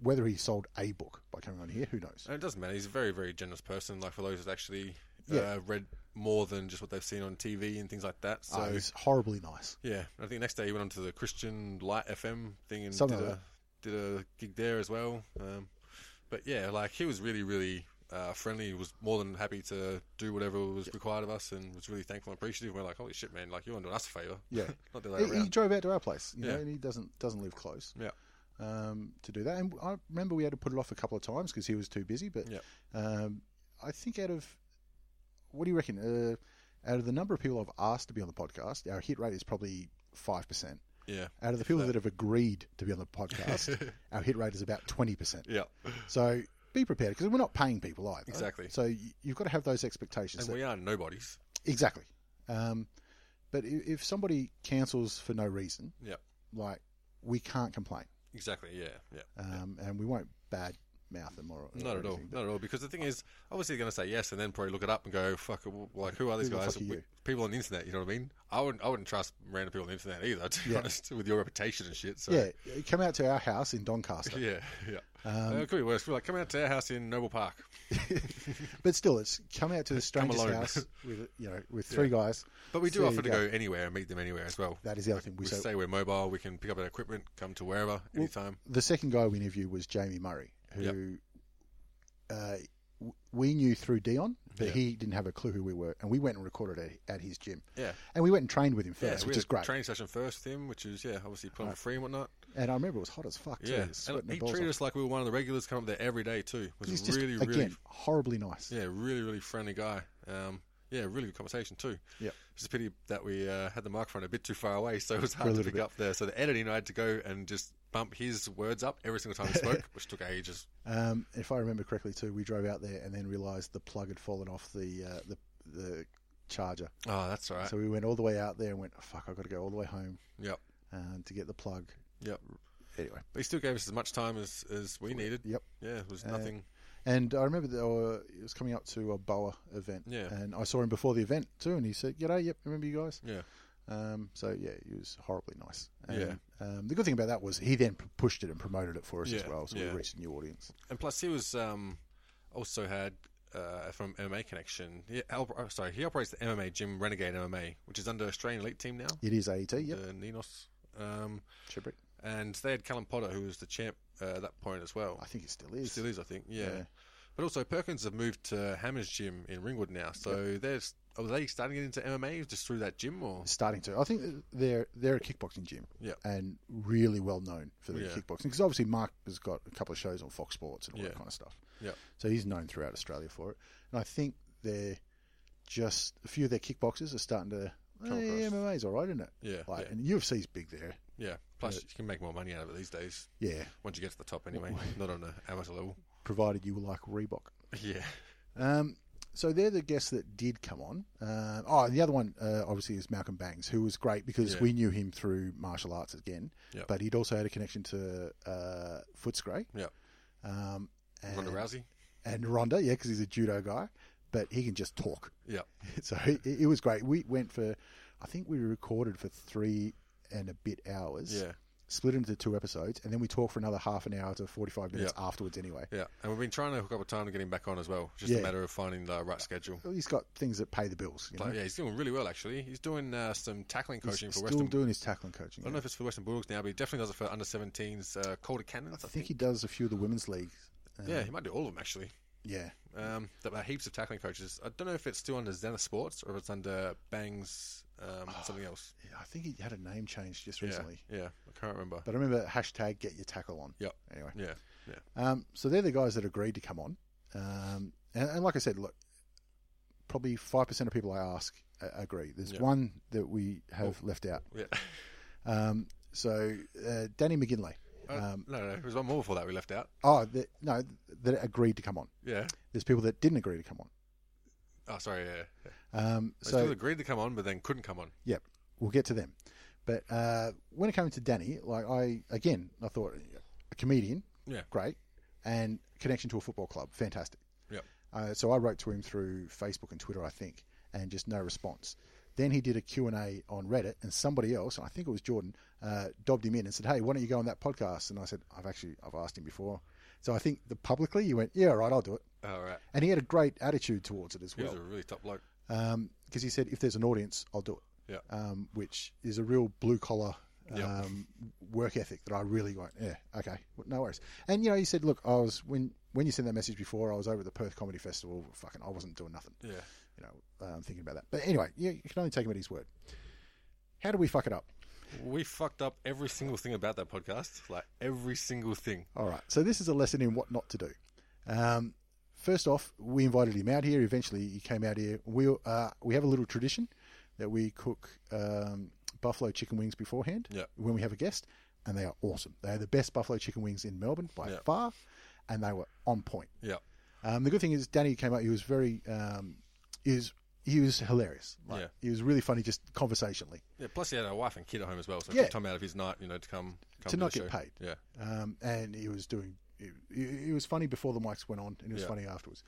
S1: whether he sold a book by coming on here, who knows?
S2: And it doesn't matter. He's a very, very generous person. Like for those that actually uh, read more than just what they've seen on TV and things like that. So
S1: So it's horribly nice.
S2: yeah, I think next day he went on to the Christian Light FM thing and
S1: Something
S2: did
S1: like
S2: a did a gig there as well. Um, but yeah, like he was really really uh, friendly. He was more than happy to do whatever was required of us, and was really thankful and appreciative. We're like, holy shit, man! Like you're doing us a favor.
S1: Yeah,
S2: *laughs* not the other way
S1: he, he
S2: around.
S1: drove out to our place, you know,
S2: Yeah.
S1: and he doesn't doesn't live close. *laughs*
S2: Yeah.
S1: um, to do that. And I remember we had to put it off a couple of times because he was too busy. But
S2: Yeah.
S1: um, I think out of what do you reckon? Uh, out of the number of people I've asked to be on the podcast, our hit rate is probably five percent.
S2: Yeah.
S1: Out of the people that. have agreed to be on the
S2: *laughs*
S1: podcast, our hit rate is about twenty percent.
S2: Yeah.
S1: So be prepared because we're not paying people either.
S2: Exactly.
S1: So you, you've got to have those expectations.
S2: And
S1: that-
S2: we are nobodies.
S1: exactly. Um, but i- if somebody cancels for no reason,
S2: Yeah.
S1: like we can't complain.
S2: Exactly. Yeah. Yeah.
S1: um, and we won't bad mouth them or, or
S2: Not at all.
S1: anything, but-
S2: Not at all. Because the thing is, obviously, they're going to say yes, and then probably look it up and go, "Fuck, w- like who are these
S1: Who the
S2: guys?"
S1: fuck are
S2: We-
S1: you?
S2: People on the internet. You know what I mean? I wouldn't. I wouldn't trust random people on the internet either. To be honest, with your reputation and shit. So.
S1: uh, Yeah, come out to our house in
S2: *laughs*
S1: Doncaster,
S2: Yeah, yeah.
S1: Um,
S2: Uh, it could be worse. We're like, come out to our house in Noble Park.
S1: but still, it's come out to the stranger's
S2: alone. *laughs*
S1: house with you know with three guys.
S2: But we
S1: See
S2: do
S1: how
S2: offer
S1: you
S2: to go. anywhere and meet them anywhere as well.
S1: That is the other thing we
S2: We
S1: say.
S2: say we're mobile. We can pick up our equipment, come to wherever, anytime.
S1: The second guy we interviewed was Jamie Murray, who
S2: Yep.
S1: uh, w- we knew through Dion, but he didn't have a clue who we were, and we went and recorded at, at his gym.
S2: Yeah.
S1: and we went and trained with him
S2: Yeah,
S1: first,
S2: so we
S1: which
S2: had
S1: is
S2: a
S1: great.
S2: Training session first with him, which is yeah, obviously put on for free and whatnot.
S1: and I remember it was hot as fuck. too.
S2: Yeah,
S1: sweating
S2: and
S1: the
S2: he
S1: balls
S2: treated
S1: off.
S2: us like we were one of the regulars. Come up there every day too. It was
S1: He's just
S2: really,
S1: again
S2: really
S1: horribly nice.
S2: Yeah, really, really friendly guy. Um, yeah, really good conversation too.
S1: Yep.
S2: It's a pity that we uh, had the microphone a bit too far away, *laughs* so it was hard to
S1: little
S2: pick
S1: bit.
S2: up there. So the editing, I had to go and just bump his words up every single time he
S1: *laughs*
S2: spoke, which took ages.
S1: Um, if I remember correctly, too, we drove out there and then realised the plug had fallen off the uh, the the charger.
S2: Oh, that's all right.
S1: So we went all the way out there and went, "Oh, "Fuck, I've got to go all the way home
S2: yep.
S1: uh, to get the plug."
S2: Yep.
S1: Anyway,
S2: But he still gave us as much time as, as we needed.
S1: Yep.
S2: Yeah, it was nothing.
S1: and I remember that uh, it was coming up to a Boa event,
S2: Yeah.
S1: and I saw him before the event too, and he said, "G'day, yep, remember you guys?"
S2: Yeah.
S1: Um, so yeah, he was horribly nice. And,
S2: Yeah.
S1: Um, the good thing about that was he then p- pushed it and promoted it for us as
S2: Yeah,
S1: well, so
S2: yeah.
S1: we reached a new audience.
S2: And plus, he was um, also had uh, from MMA connection. He, help, oh, sorry, he operates the MMA gym Renegade MMA, which is under Australian Elite Team now.
S1: It is AET, yep,
S2: Uh, Ninos. Um,
S1: Shipwreck.
S2: and they had Callum Potter, who was the champ uh, at that point as well.
S1: I think it still is.
S2: Still is, I think. Yeah.
S1: Yeah.
S2: But also Perkins have moved to Hammer's Gym in Ringwood now, so they're s- are they starting to get into MMA just through that gym or?
S1: starting to. I think they're they're a kickboxing gym,
S2: Yeah.
S1: and really well known for their
S2: Yeah.
S1: kickboxing because obviously Mark has got a couple of shows on Fox Sports and all that
S2: Yeah.
S1: kind of stuff.
S2: Yeah.
S1: So he's known throughout Australia for it, and I think they're just a few of their kickboxers are starting to. eh, Hey,
S2: across.
S1: MMA's all right, isn't it?
S2: Yeah,
S1: like
S2: yeah.
S1: and UFC's big there.
S2: Yeah. Plus, you can make more money out of it these days.
S1: Yeah,
S2: Once you get to the top, anyway,
S1: *laughs*
S2: not on a amateur level.
S1: provided you like Reebok.
S2: Yeah.
S1: Um, so they're the guests that did come on. Um, oh, and the other one uh, obviously is Malcolm Bangs, who was great because
S2: Yeah.
S1: we knew him through martial arts again,
S2: Yep.
S1: but he'd also had a connection to uh, Footscray
S2: Yeah.
S1: um, and
S2: Ronda Rousey.
S1: and Ronda, yeah, because he's a judo guy, but he can just talk. *laughs*
S2: Yeah.
S1: So it, it was great. We went for, I think we recorded for three and a bit hours.
S2: Yeah.
S1: Split into two episodes, and then we talked for another half an hour to forty-five minutes
S2: Yeah.
S1: afterwards. Anyway,
S2: Yeah. And we've been trying to hook up a time to get him back on as well. Just
S1: Yeah.
S2: a matter of finding the right schedule.
S1: he's got things that pay the bills. You know?
S2: But yeah, he's doing really well actually. He's doing uh, some tackling
S1: He's
S2: coaching for
S1: still
S2: Western.
S1: doing his tackling coaching.
S2: I
S1: yeah.
S2: don't know if it's for Western Bulldogs now, but he definitely does it for under 17s uh, Calder Cannons.
S1: I think he does a few of the women's leagues. Uh,
S2: yeah, he might do all of them actually.
S1: yeah.
S2: Um, there are heaps of tackling coaches. I don't know if it's still under Zenith Sports or if it's under Bangs um, something else.
S1: Ah, Yeah, I think he had a name change just
S2: Yeah,
S1: recently.
S2: yeah, I can't remember.
S1: But I remember hashtag get your tackle on.
S2: Yep.
S1: Anyway.
S2: Yeah, yeah,
S1: Um, so they're the guys that agreed to come on. Um, and, and like I said, look, probably 5% of people I ask uh, agree. There's
S2: Yeah. Oh.
S1: one that we have left out.
S2: yeah.
S1: Um, so uh, Danny McGinley.
S2: Uh,
S1: Um,
S2: no, no, no, there was one more before that we left out.
S1: Oh, that, no, that agreed to come on.
S2: Yeah.
S1: There's people that didn't agree to come on.
S2: Oh, sorry. Yeah. yeah.
S1: Um,
S2: They
S1: so
S2: still agreed to come on, but then couldn't come on.
S1: Yep, we'll get to them. But uh, when it came to Danny, like I again, I thought a comedian,
S2: Yeah.
S1: great, and connection to a football club, fantastic.
S2: Yeah.
S1: Uh, so I wrote to him through Facebook and Twitter, I think, and just no response. Then he did a Q&A on Reddit, and somebody else, I think it was Jordan, uh, dobbed him in and said, hey, why don't you go on that podcast? And I said, I've actually, I've asked him before. So I think the publicly, you went, yeah, all right, I'll do it.
S2: All right.
S1: And he had a great attitude towards it as
S2: He
S1: well.
S2: was a really top bloke.
S1: because Um, he said if there's an audience, I'll do it.
S2: Yeah.
S1: Um, which is a real blue collar um,
S2: Yeah.
S1: work ethic that I really want. Yeah, okay, Well, no worries. And you know, you said, look, I was when when you sent that message before, I was over at the Perth Comedy Festival. Fucking, I wasn't doing nothing.
S2: Yeah.
S1: You know, um, thinking about that. But anyway, you, you can only take him at his word. How do we fuck it up?
S2: We fucked up every single thing about that podcast. Like every single thing.
S1: All right. So this is a lesson in what not to do. Um, first off, we invited him out here. Eventually, he came out here. We uh, we have a little tradition that we cook um, buffalo chicken wings beforehand
S2: Yeah.
S1: when we have a guest, and they are awesome. They are the best buffalo chicken wings in Melbourne by
S2: Yeah.
S1: far, and they were on point.
S2: Yeah.
S1: Um, the good thing is Danny came out. He was very um, is he was hilarious. Like,
S2: Yeah.
S1: He was really funny, just conversationally.
S2: Yeah. Plus he had a wife and kid at home as well, so he
S1: Yeah.
S2: took time out of his night, you know, to come, come
S1: to
S2: do
S1: not
S2: the
S1: get
S2: show.
S1: paid.
S2: Yeah.
S1: um, and he was doing. It, it was funny before the mics went on, and it was
S2: Yeah.
S1: funny afterwards.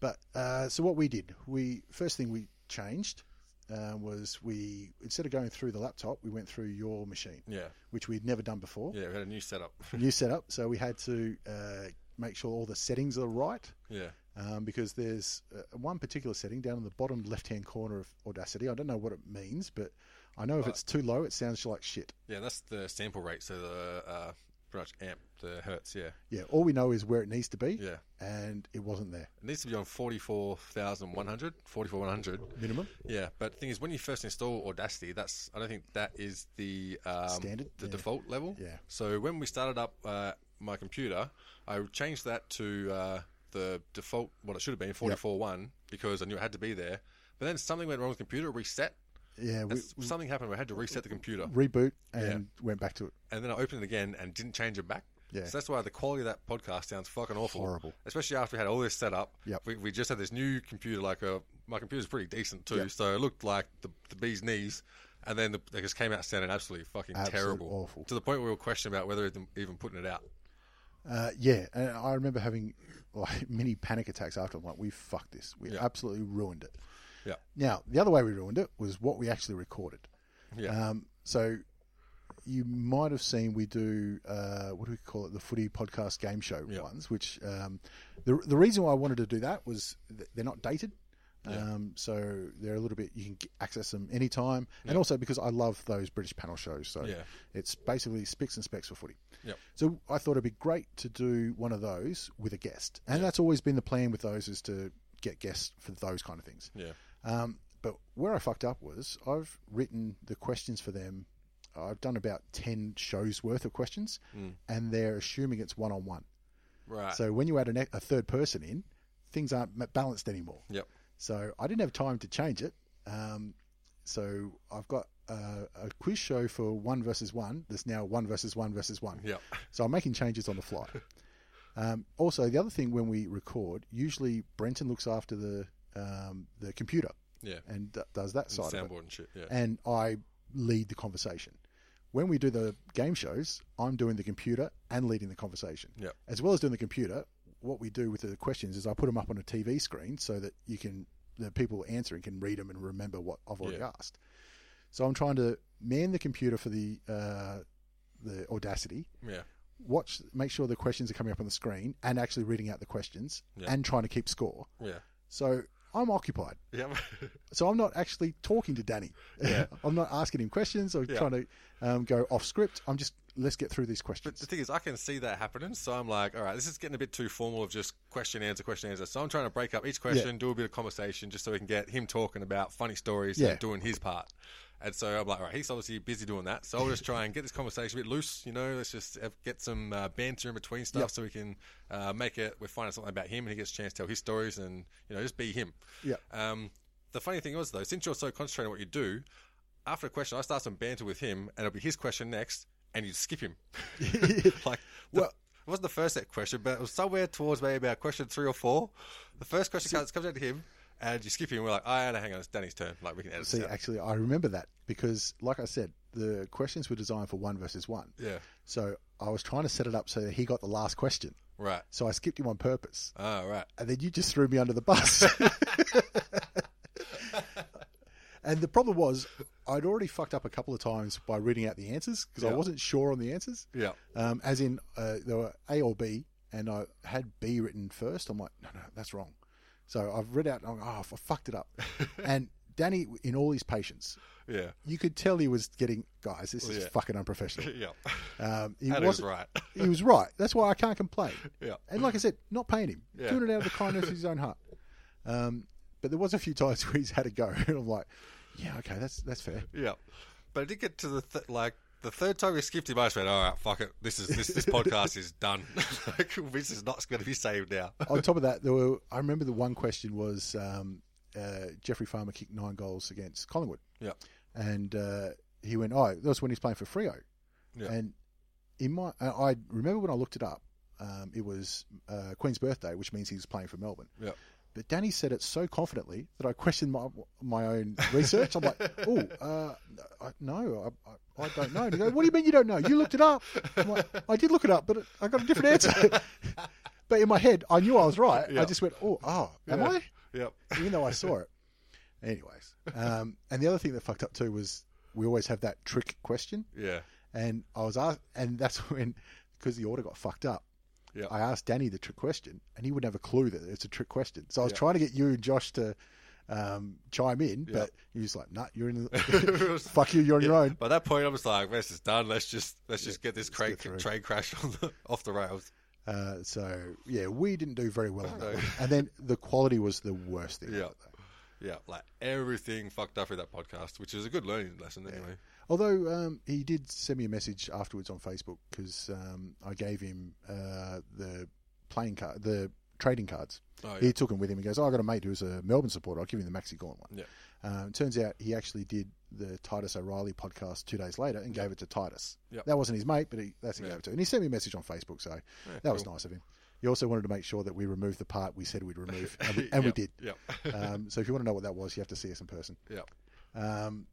S1: But uh, so what we did, we first thing we changed uh, was we instead of going through the laptop, we went through your machine,
S2: Yeah.
S1: which we'd never done before.
S2: Yeah. We had a new setup.
S1: *laughs*
S2: *laughs*
S1: New setup, so we had to uh, make sure all the settings are right.
S2: yeah.
S1: Um, because there's uh, one particular setting down in the bottom left-hand corner of Audacity. I don't know what it means, but I
S2: Uh,
S1: know if it's too low, it sounds like shit.
S2: Yeah. That's the sample rate. So the uh, pretty much amp the hertz. Yeah.
S1: Yeah, all we know is where it needs to be,
S2: Yeah.
S1: and it wasn't there.
S2: It needs to be on 44,100, 44,100.
S1: Minimum.
S2: Yeah, but the thing is, when you first install Audacity, that's I don't think that is the um,
S1: Standard?
S2: the
S1: Yeah.
S2: default level.
S1: Yeah.
S2: So when we started up uh, my computer, I changed that to uh, the default what it should have been 44.1 because I knew it had to be there. But then something went wrong with the computer, reset.
S1: Yeah, we
S2: That's- something happened. where I had to reset the computer,
S1: reboot and went back to it.
S2: and then I opened it again and didn't change it back.
S1: Yeah.
S2: So that's why the quality of that podcast sounds fucking awful.
S1: Horrible.
S2: Especially after we had all this set up.
S1: Yep.
S2: We, we just had this new computer, like a, my computer's pretty decent too, so it looked like the, the bee's knees. And then the, they just came out sounding absolutely fucking
S1: Absolute
S2: terrible.
S1: awful.
S2: To the point where we were questioning about whether even- even putting it out.
S1: Uh, yeah, and I remember having like mini panic attacks after. I'm like, we fucked this. We
S2: Yeah.
S1: absolutely ruined it.
S2: Yeah.
S1: Now, the other way we ruined it was what we actually recorded.
S2: Yeah.
S1: Um, so you might have seen we do uh, what do we call it the footy podcast game show
S2: Yeah.
S1: ones which um, the, the reason why i wanted to do that was th- they're not dated um, so they're a little bit you can g- access them anytime and also because i love those british panel shows so
S2: Yeah.
S1: it's basically spics and specs for footy
S2: Yep.
S1: so i thought it'd be great to do one of those with a guest and that's always been the plan with those is to get guests for those kind of things
S2: Yeah.
S1: um, but where I fucked up was I've written the questions for them. I've done about 10 shows worth of questions, and they're assuming it's one on one.
S2: Right.
S1: So when you add an, e- a third person in, things aren't ma- balanced anymore.
S2: yep.
S1: So I didn't have time to change it. Um, so I've got a, a quiz show for one versus one that's now one versus one versus one.
S2: Yep.
S1: So I'm making changes on the fly. Um, also, the other thing when we record, usually Brenton looks after the um, the computer
S2: Yeah.
S1: and d- does that side of it.
S2: Soundboard and shit. Yeah.
S1: And I lead the conversation. When we do the game shows, I'm doing the computer and leading the conversation.
S2: Yep.
S1: As well as doing the computer, what we do with the questions is I put them up on a TV screen so that you can the people answering can read them and remember what I've already
S2: Yeah.
S1: asked. So I'm trying to man the computer for the uh, the Audacity,
S2: yeah.
S1: watch, make sure the questions are coming up on the screen, and actually reading out the questions
S2: Yeah.
S1: and trying to keep score.
S2: Yeah.
S1: So I'm occupied.
S2: *laughs* Yep.
S1: So I'm not actually talking to Danny. *laughs* I'm not asking him questions or
S2: Yeah.
S1: trying to um, go off script. I'm just let's get through these
S2: But the
S1: questions.
S2: thing is, I can see that happening, so I'm like, all right, this is getting a bit too formal of just question answer question answer. So I'm trying to break up each question, do a bit of conversation, just so we can get him talking about funny stories
S1: Yeah.
S2: and doing his part. And so I'm like, all right, he's obviously busy doing that, so I'll just try and get this conversation a bit loose. You know, let's just have, get some uh, banter in between stuff, so we can uh, make it. We're finding something about him, and he gets a chance to tell his stories, and you know, just be him.
S1: Yeah.
S2: Um, the funny thing was though, since you're so concentrated on what you do, after a question, I start some banter with him, and it'll be his question next, and you skip
S1: *laughs*
S2: him. *laughs* like, the,
S1: Well-
S2: it wasn't the first set question, but it was somewhere towards maybe about question three or four. The first question comes, comes out to him, and you skip him. And we're like, oh, no, hang on, it's Danny's turn. Like we can edit
S1: See,
S2: this out.
S1: actually, I remember that because, like I said, the questions were designed for one versus one.
S2: Yeah,
S1: So I was trying to set it up so that he got the last question.
S2: right.
S1: So I skipped him on purpose,
S2: Oh, right. *laughs*
S1: and then you just threw me under the bus. And the problem was, I'd already fucked up a couple of times by reading out the answers because I wasn't sure on the answers.
S2: Yeah.
S1: Um, as in, uh, there were A or B, and I had B written first. I'm like, no, no, that's wrong. So I've read out, and I'm like, oh, I fucked
S2: *laughs*
S1: it up. and Danny, in all his patience,
S2: Yeah.
S1: you could tell he was getting, guys, this is
S2: yeah.
S1: fucking unprofessional.
S2: *laughs* Yeah.
S1: Um, he
S2: And he was
S1: wasn't-
S2: right. *laughs*
S1: he was right. That's why I can't complain.
S2: Yeah.
S1: And like I said, not paying him,
S2: Yeah.
S1: doing it out of the kindness of his own heart. Um, but there was a few times *laughs* where he's had a go, and I'm like, yeah, okay, that's that's fair.
S2: Yeah, but I did get to the th- like the third time we skipped him. I just went, "All right, fuck it. This is this this podcast is done. *laughs* like, this is not going to be saved *laughs* now."
S1: On top of that, there were. I remember the one question was um, uh, Jeffrey Farmer kicked nine goals against Collingwood,
S2: Yeah,
S1: and uh, he went, oh, that was when he's playing for Frio,
S2: Yeah.
S1: and in my, I I remember when I looked it up, um, it was uh, Queen's birthday, which means he was playing for Melbourne.
S2: yeah,
S1: But Danny said it so confidently that I questioned my my own research. I'm like, oh, uh, I- no, I, I, I don't know. And he goes, what do you mean you don't know? You looked it up. I'm like, I did look it up, but it, I got a different answer. but in my head, I knew I was right. I just went, oh, oh, am I?
S2: yeah,
S1: Even though I saw it. Anyways, um, and the other thing that fucked up too was we always have that trick question,
S2: yeah,
S1: and I was asked, and that's *laughs* when because the order got fucked up.
S2: yeah.
S1: I asked Danny the trick question, and he wouldn't have a clue that it's a trick question. So I was trying to get you and Josh to um, chime in, but he was like, "Nah, you're in.
S2: *laughs*
S1: The- *laughs* fuck you, you're on your own."
S2: By that point, I was like, "This is done. Let's just let's just get this train,
S1: get through.
S2: train crash on the, off the rails."
S1: Uh, so yeah, we didn't do very well on that. One. And then the quality was the worst thing.
S2: Yeah, yeah. Like everything fucked up with that podcast, which is a good learning lesson anyway.
S1: Although um, he did send me a message afterwards on Facebook because um, I gave him uh, the playing card, the trading cards.
S2: Oh, yeah.
S1: He took them with him. He goes, oh, "I got a mate who's a Melbourne supporter. I'll give him the Maxi Gaunt one."
S2: Yeah.
S1: Um, it turns out he actually did the Titus O'Reilly podcast two days later and gave it to Titus.
S2: Yep.
S1: That wasn't his mate, but he, that's who he gave it to. And he sent me a message on Facebook, so that was nice of him. He also wanted to make sure that we removed the part we said we'd
S2: *laughs*
S1: remove, and we, and we did.
S2: Yep.
S1: um, so if you want to know what that was, you have to see us in person.
S2: Yeah,
S1: Um,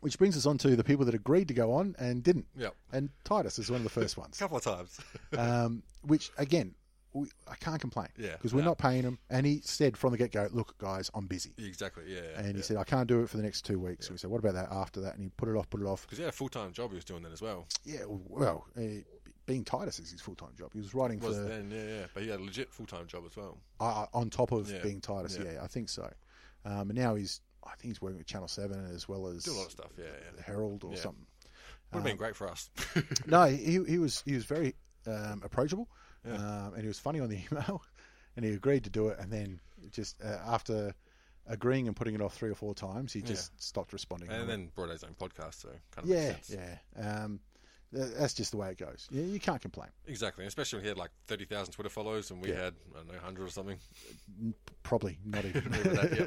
S1: which brings us on to the people that agreed to go on and didn't.
S2: Yep.
S1: And Titus is one of the first ones.
S2: a couple of times. *laughs*
S1: um, which again, we, I can't complain.
S2: Yeah,
S1: Because we're
S2: no.
S1: not paying him, and he said from the get go, "Look, guys, I'm busy."
S2: exactly. Yeah,
S1: And he said, "I can't do it for the next two weeks." So we said, "What about that after that?" And he put it off, put it off.
S2: because he had a full time job he was doing then as well.
S1: Yeah. Well, uh, being Titus is his full time job. He was writing
S2: Was
S1: for
S2: then, yeah, yeah. But he had a legit full time job as well.
S1: uh, on top of
S2: Yeah,
S1: being Titus. Yeah. I think so. Um, and now he's, I think he's working with Channel Seven as well as
S2: Do a lot of stuff. Yeah, yeah.
S1: the Herald or something.
S2: Would have been great for *laughs* us.
S1: No, he he was he was very um, approachable, um, and he was funny on the *laughs* email, and he agreed to do it, and then just uh, after agreeing and putting it off three or four times, he just stopped responding.
S2: and then brought out his own podcast, so kind of
S1: yeah,
S2: makes sense.
S1: yeah, um, th- that's just the way it goes. You, you can't complain.
S2: Exactly, especially when he had like 30,000 Twitter followers and we had, I don't know, 100 or *laughs* something.
S1: Probably
S2: *laughs*
S1: not even.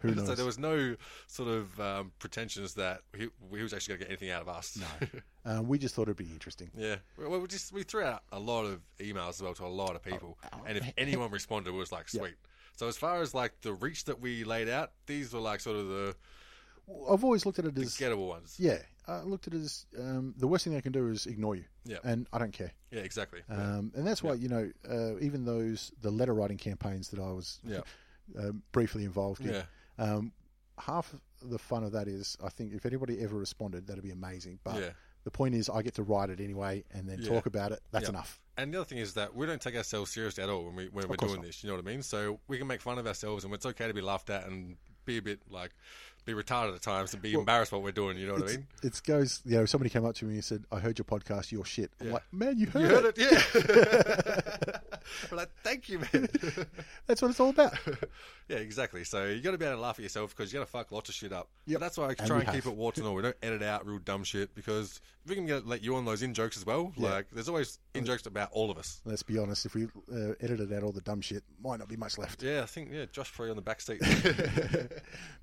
S2: Who knows? So there was no sort of um, pretensions that he, he was actually going to get anything out of us. No.
S1: *laughs* um, we just thought it'd be interesting.
S2: *laughs* yeah. We, we, just, we threw out a lot of emails as well to a lot of people. and if anyone responded, it was like, sweet. So as far as like the reach that we laid out, these were like sort of the
S1: I've always looked at it as
S2: gettable ones.
S1: yeah. I looked at it as um, the worst thing they can do is ignore you.
S2: Yeah.
S1: and I don't care.
S2: Yeah, exactly.
S1: Um, and that's why you know uh, even those the letter writing campaigns that I was
S2: Yeah.
S1: *laughs* um, briefly involved in.
S2: Yeah.
S1: Um, half the fun of that is I think if anybody ever responded, that'd be amazing. But
S2: Yeah.
S1: the point is, I get to write it anyway and then talk about it. That's
S2: Yeah.
S1: enough.
S2: and the other thing is that we don't take ourselves seriously at all when we when we're
S1: course
S2: doing
S1: not.
S2: this. You know what I mean? So we can make fun of ourselves, and it's okay to be laughed at and be a bit like be retarded at times and be embarrassed by what we're doing. You know what I
S1: It's,
S2: mean?
S1: it goes. You know, somebody came up to me and said, "I heard your podcast. You're shit." I'm like, "Man, you heard,
S2: You heard
S1: it.
S2: it, yeah. We're like, thank you, man.
S1: *laughs*
S2: *laughs*
S1: That's what it's all about."
S2: yeah, exactly. So you got to be able to laugh at yourself because you got to fuck lots of shit up. Yeah,
S1: Yep.
S2: that's why I
S1: And
S2: try
S1: we
S2: and keep
S1: have.
S2: it warts and all. We don't edit out real dumb shit because if we can get, let you on those in jokes as well, like there's always in jokes about all of us.
S1: Let's be honest. If we uh, edited out all the dumb shit, might not be much left.
S2: Yeah, I think yeah, Josh Free on the
S1: *laughs*
S2: back seat.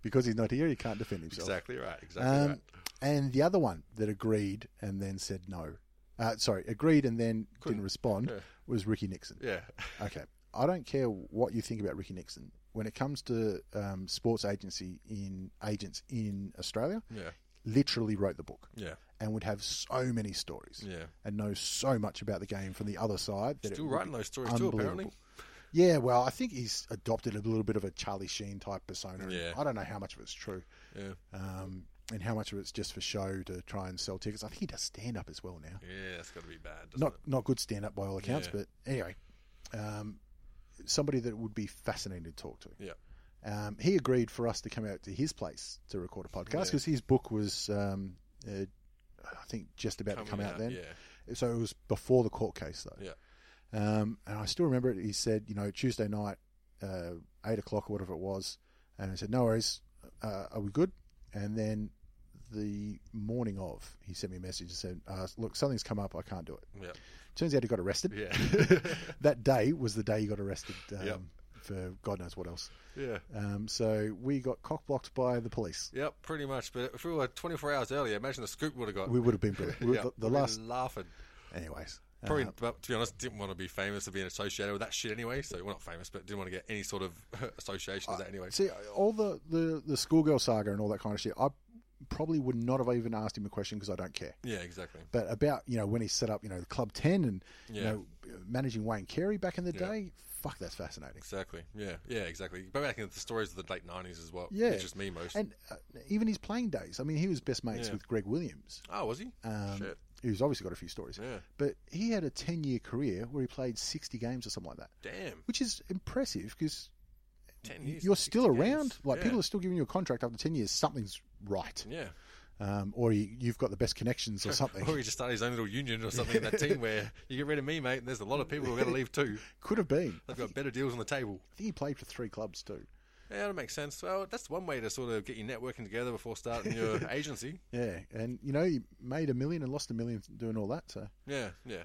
S1: because he's not here, he can't defend himself.
S2: exactly right. Exactly
S1: Um,
S2: right.
S1: And the other one that agreed and then said no, uh, sorry, agreed and then didn't respond was Ricky Nixon.
S2: Yeah.
S1: Okay. I don't care what you think about Ricky Nixon. When it comes to um, sports agency in agents in Australia,
S2: Yeah.
S1: literally wrote the book.
S2: Yeah.
S1: And would have so many stories.
S2: Yeah.
S1: And know so much about the game from the other side. That it
S2: Still
S1: would
S2: writing
S1: be
S2: those stories too, apparently.
S1: unbelievable. Yeah, well, I think he's adopted a little bit of a Charlie Sheen type persona.
S2: Yeah.
S1: I don't know how much of it's true.
S2: Yeah.
S1: Um, and how much of it's just for show to try and sell tickets. I think he does stand up as well now.
S2: Yeah, that's got to be bad. doesn't
S1: not
S2: it?
S1: not good stand up by all accounts,
S2: Yeah.
S1: but anyway, um, somebody that would be fascinating to talk to.
S2: Yeah.
S1: Um, he agreed for us to come out to his place to record a podcast because his book was, um, uh, I think, just about to come
S2: Coming
S1: out,
S2: out,
S1: then.
S2: yeah.
S1: So it was before the court case, though.
S2: Yeah.
S1: Um, and I still remember it. He said, you know, Tuesday night, uh, eight o'clock or whatever it was, and I said, no worries, uh, are we good? And then the morning of, he sent me a message and said, uh, look, something's come up, I can't do it.
S2: Yeah.
S1: Turns out he got arrested.
S2: Yeah.
S1: *laughs* that day was the day he got arrested um,
S2: Yep.
S1: for God knows what else.
S2: yeah.
S1: Um, so we got cockblocked by the police.
S2: Yep, pretty much. But if we were 24 hours earlier, imagine the scoop would have got.
S1: We would have been brilliant. We-
S2: *laughs* Yeah,
S1: the, the
S2: we'd be
S1: last,
S2: laughing.
S1: anyways. Uh,
S2: Probably, but to be honest, didn't want to be famous or being associated with that shit anyway. So we're not famous, but didn't want to get any sort of *laughs* association with that anyway.
S1: see, all the, the the schoolgirl saga and all that kind of shit. I probably would not have even asked him a question because I don't care.
S2: yeah, exactly.
S1: But about you know when he set up you know the Club Ten and
S2: Yeah.
S1: you know managing Wayne Carey back in the
S2: Yeah.
S1: day. Fuck, that's fascinating.
S2: Exactly. Yeah. Yeah. Exactly. But back in the stories of the late nineties as well.
S1: Yeah,
S2: It's just me most.
S1: And uh, even his playing days. I mean, he was best mates
S2: Yeah.
S1: with Greg Williams.
S2: oh, was he?
S1: Um,
S2: Shit.
S1: Who's obviously got a few stories.
S2: Yeah.
S1: But he had a 10 year career where he played 60 games or something like that,
S2: Damn.
S1: which is impressive because
S2: Ten years.
S1: you're still
S2: 60
S1: around.
S2: games.
S1: Like,
S2: yeah.
S1: people are still giving you a contract after 10 years. Something's right.
S2: Yeah.
S1: Um, or you, you've got the best connections or
S2: *laughs*
S1: something.
S2: Or he just started his own little union or
S1: *laughs*
S2: something in that team where you get rid of me, mate, and there's a lot of people who are going to leave too.
S1: Could have been. I
S2: They've got better deals on the table.
S1: think he played for three clubs too.
S2: Yeah, that makes sense. Well, that's one way to sort of get your networking together before starting your agency.
S1: Yeah. And, you know, he made a million and lost a million doing all that. So,
S2: Yeah, yeah.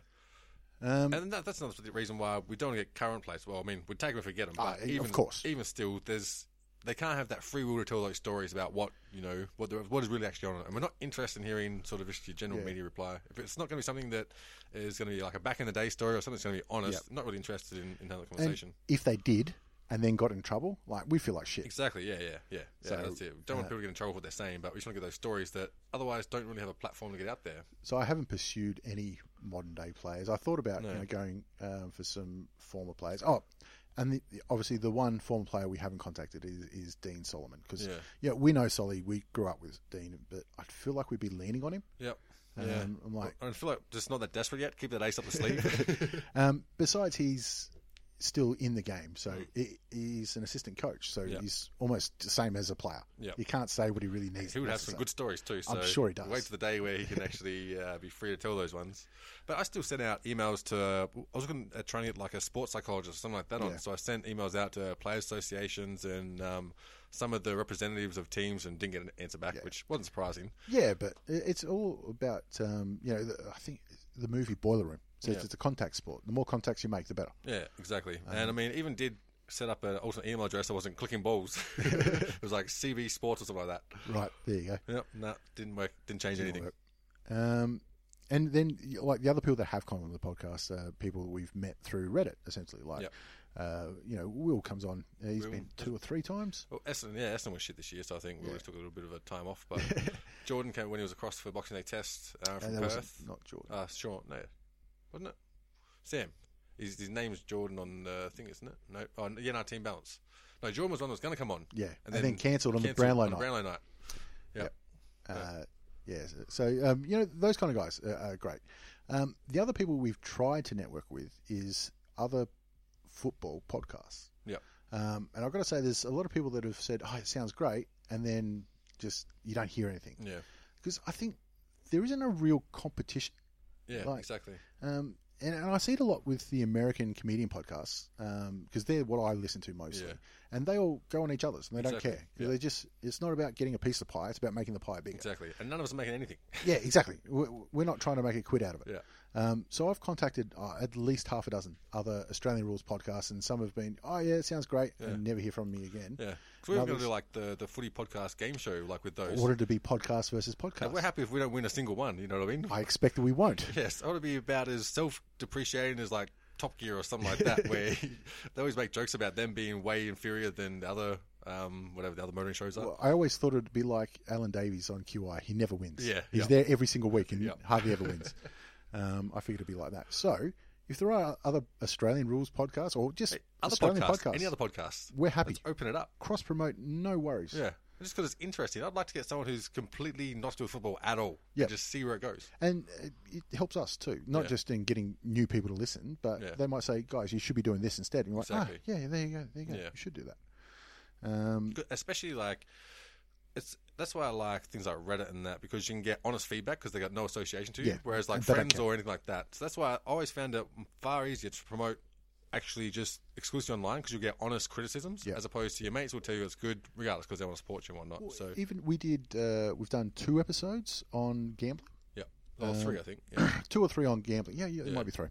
S1: um,
S2: And that, that's another reason why we don't get current players. Well, I mean, we'd take them if we get them.
S1: Ah,
S2: But
S1: of
S2: even,
S1: course.
S2: Even still, there's they can't have that free will to tell those stories about what you know what the, what is really actually on it. And we're not interested in hearing sort of just your general
S1: Yeah.
S2: media reply. If it's not going to be something that is going to be like a back in the day story or something that's going to be honest,
S1: Yep.
S2: not really interested in, in having a
S1: and
S2: conversation.
S1: if they did and then got in trouble, like, we feel like shit.
S2: Exactly. Yeah. Yeah. Yeah. yeah
S1: So, uh,
S2: that's it. We don't want people to get in trouble with what they're saying, but we just want to get those stories that otherwise don't really have a platform to get out there.
S1: So I haven't pursued any modern day players. I thought about
S2: No.
S1: you know, going um, for some former players. Oh, and the, the- obviously the one former player we haven't contacted is, is Dean Solomon because yeah.
S2: Yeah.
S1: we know Solly. We grew up with Dean, but I feel like we'd be leaning on him.
S2: Yep. Yeah.
S1: Um, I'm like,
S2: I feel like just not that desperate yet. Keep that ace up
S1: *laughs*
S2: the sleeve.
S1: um, besides he's still in the game, so he, he's an assistant coach, so
S2: Mm. Yeah.
S1: he's almost the same as a player.
S2: Yeah.
S1: You can't say what he really needs.
S2: He would have
S1: necessarily.
S2: some good stories too. So
S1: sure he does.
S2: Wait for the day where he can actually uh, be free to tell those ones. But I still sent out emails to. Uh, I was looking at trying to get like a sports psychologist or something like that on. So I sent emails out to players associations and um, some of the representatives of teams and didn't get an answer back, which wasn't surprising.
S1: Yeah, but it- it's all about um, you know. The, I think the movie Boiler Room says it's a contact sport. The more contacts you make, the better.
S2: Yeah, exactly.
S1: Um,
S2: and I mean, even did set up an alternate email address. I wasn't
S1: *laughs*
S2: clicking balls. *laughs* it was like CB Sports or something like that.
S1: Right there you go.
S2: Yep, no, didn't work. Didn't change anything.
S1: Um, and then you- like the other people that have come on the podcast, uh, people we've met through Reddit, essentially. Like,
S2: Yep.
S1: uh, you know, Will comes on. uh, He's been two or three times.
S2: Well, Essendon, yeah, Essendon was shit this year, so I think we just took a little bit of a time off.
S1: *laughs*
S2: But Jordan came when he was across for Boxing Day Test uh, from
S1: that was
S2: Perth.
S1: not Jordan.
S2: Uh, Sean, no, wasn't it? Sam. His, his name's Jordan on the thing, isn't it? No, oh, yeah, no, Team Balance. No, Jordan was one that was going to come on.
S1: Yeah, and then cancelled on the
S2: cancelled
S1: Brownlow
S2: on the
S1: night.
S2: Brownlow night. Yeah.
S1: Uh, yeah. So, so, um, you know, those kind of guys are, are great. Um, the other people we've tried to network with is other football podcasts.
S2: Yeah.
S1: Um, and I've got to say, there's a lot of people that have said, "Oh, it sounds great," and then just you don't hear anything
S2: Yeah.
S1: because I think there isn't a real competition,
S2: Yeah,
S1: Like-
S2: exactly.
S1: um, and, and I see it a lot with the American comedian podcasts because they're what I listen to mostly,
S2: Yeah.
S1: and they all go on each other's and they
S2: Exactly,
S1: don't care.
S2: yeah.
S1: They're just it's not about getting a piece of pie; it's about making the pie bigger.
S2: Exactly. And none of us are making anything.
S1: Yeah, exactly. We- We're not trying to make a quid out of it.
S2: Yeah.
S1: Um, so I've contacted uh, at least half a dozen other Australian rules podcasts, and some have been, "Oh yeah, it sounds great," and never hear from me again.
S2: Yeah. 'Cause we were going
S1: Others-
S2: to do like the, the footy podcast game show, like with those.
S1: order to be podcast versus
S2: Like,
S1: podcast.
S2: we're happy if we don't win a single one, you know what I mean?
S1: I expect that we won't.
S2: Yes, I want to be about as self depreciating as like Top Gear or something
S1: *laughs*
S2: like that, where they always make jokes about them being way inferior than the other, um, whatever the other motoring shows are.
S1: Well, I always thought it'd be like Alan Davies on QI. He never wins.
S2: Yeah,
S1: he's
S2: yeah.
S1: there every single week and
S2: *laughs* Yeah.
S1: hardly ever wins. Um, I figured it'd be like that. So if there are other Australian rules podcasts or just
S2: Other
S1: Australian
S2: podcasts,
S1: podcasts,
S2: any other podcasts,
S1: We're happy.
S2: Let's open it up.
S1: cross promote, no worries.
S2: Yeah, just because it's interesting. I'd like to get someone who's completely not to football at all.
S1: Yeah.
S2: and just see where it goes.
S1: And it, it helps us too, not
S2: Yeah.
S1: just in getting new people to listen, but
S2: Yeah.
S1: they might say, guys, you should be doing this instead. And you're like,
S2: Exactly.
S1: ah, yeah, there you go, there you go.
S2: Yeah.
S1: You should do that. Um,
S2: Good- Especially like it's that's why I like things like Reddit and that because you can get honest feedback because they got no association to you.
S1: Yeah,
S2: Whereas like
S1: and they don't
S2: friends
S1: care.
S2: or anything like that. So that's why I always found it far easier to promote actually just exclusively online because you get honest criticisms
S1: Yeah.
S2: as opposed to your mates will tell you it's good regardless because they want to support you and whatnot. so
S1: even we did, uh, we've done two episodes on gambling.
S2: yeah, or
S1: uh,
S2: three I think. Yeah,
S1: *coughs* two or three on gambling. Yeah, yeah, it might be three.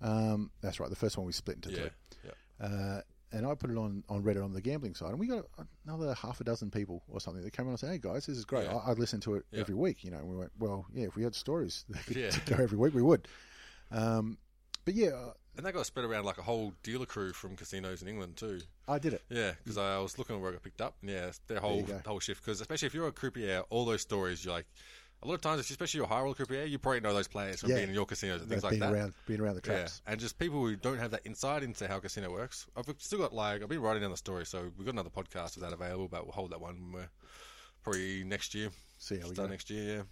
S1: Um, that's right. The first one we split into
S2: yeah,
S1: two.
S2: yeah.
S1: Uh, and I put it on, on Reddit on the gambling side, and we got another half a dozen people or something that came on and said, "Hey guys, this is great.
S2: Yeah.
S1: I, I listen to it
S2: Yeah.
S1: every week." You know, and we went, "Well, yeah, if we had stories *laughs* that could
S2: Yeah.
S1: go every week, we would." Um, but yeah, uh,
S2: And that got spread around like a whole dealer crew from casinos in England too.
S1: I did it.
S2: Yeah, because I was looking at where I got picked up. And yeah, their whole
S1: go.
S2: whole shift. Because especially if you're a croupier, all those stories, you're like, a lot of times, if- especially you're a high roll croupier, you probably know those players from
S1: Yeah.
S2: being in your casinos and things
S1: That's
S2: like
S1: being
S2: that.
S1: around, being around the traps.
S2: Yeah, and just people who don't have that insight into how casino works. I've still got like I've been writing down the story, so we've got another podcast of that available, but we'll hold that one when we're probably next year.
S1: See how we go.
S2: Start next year, yeah.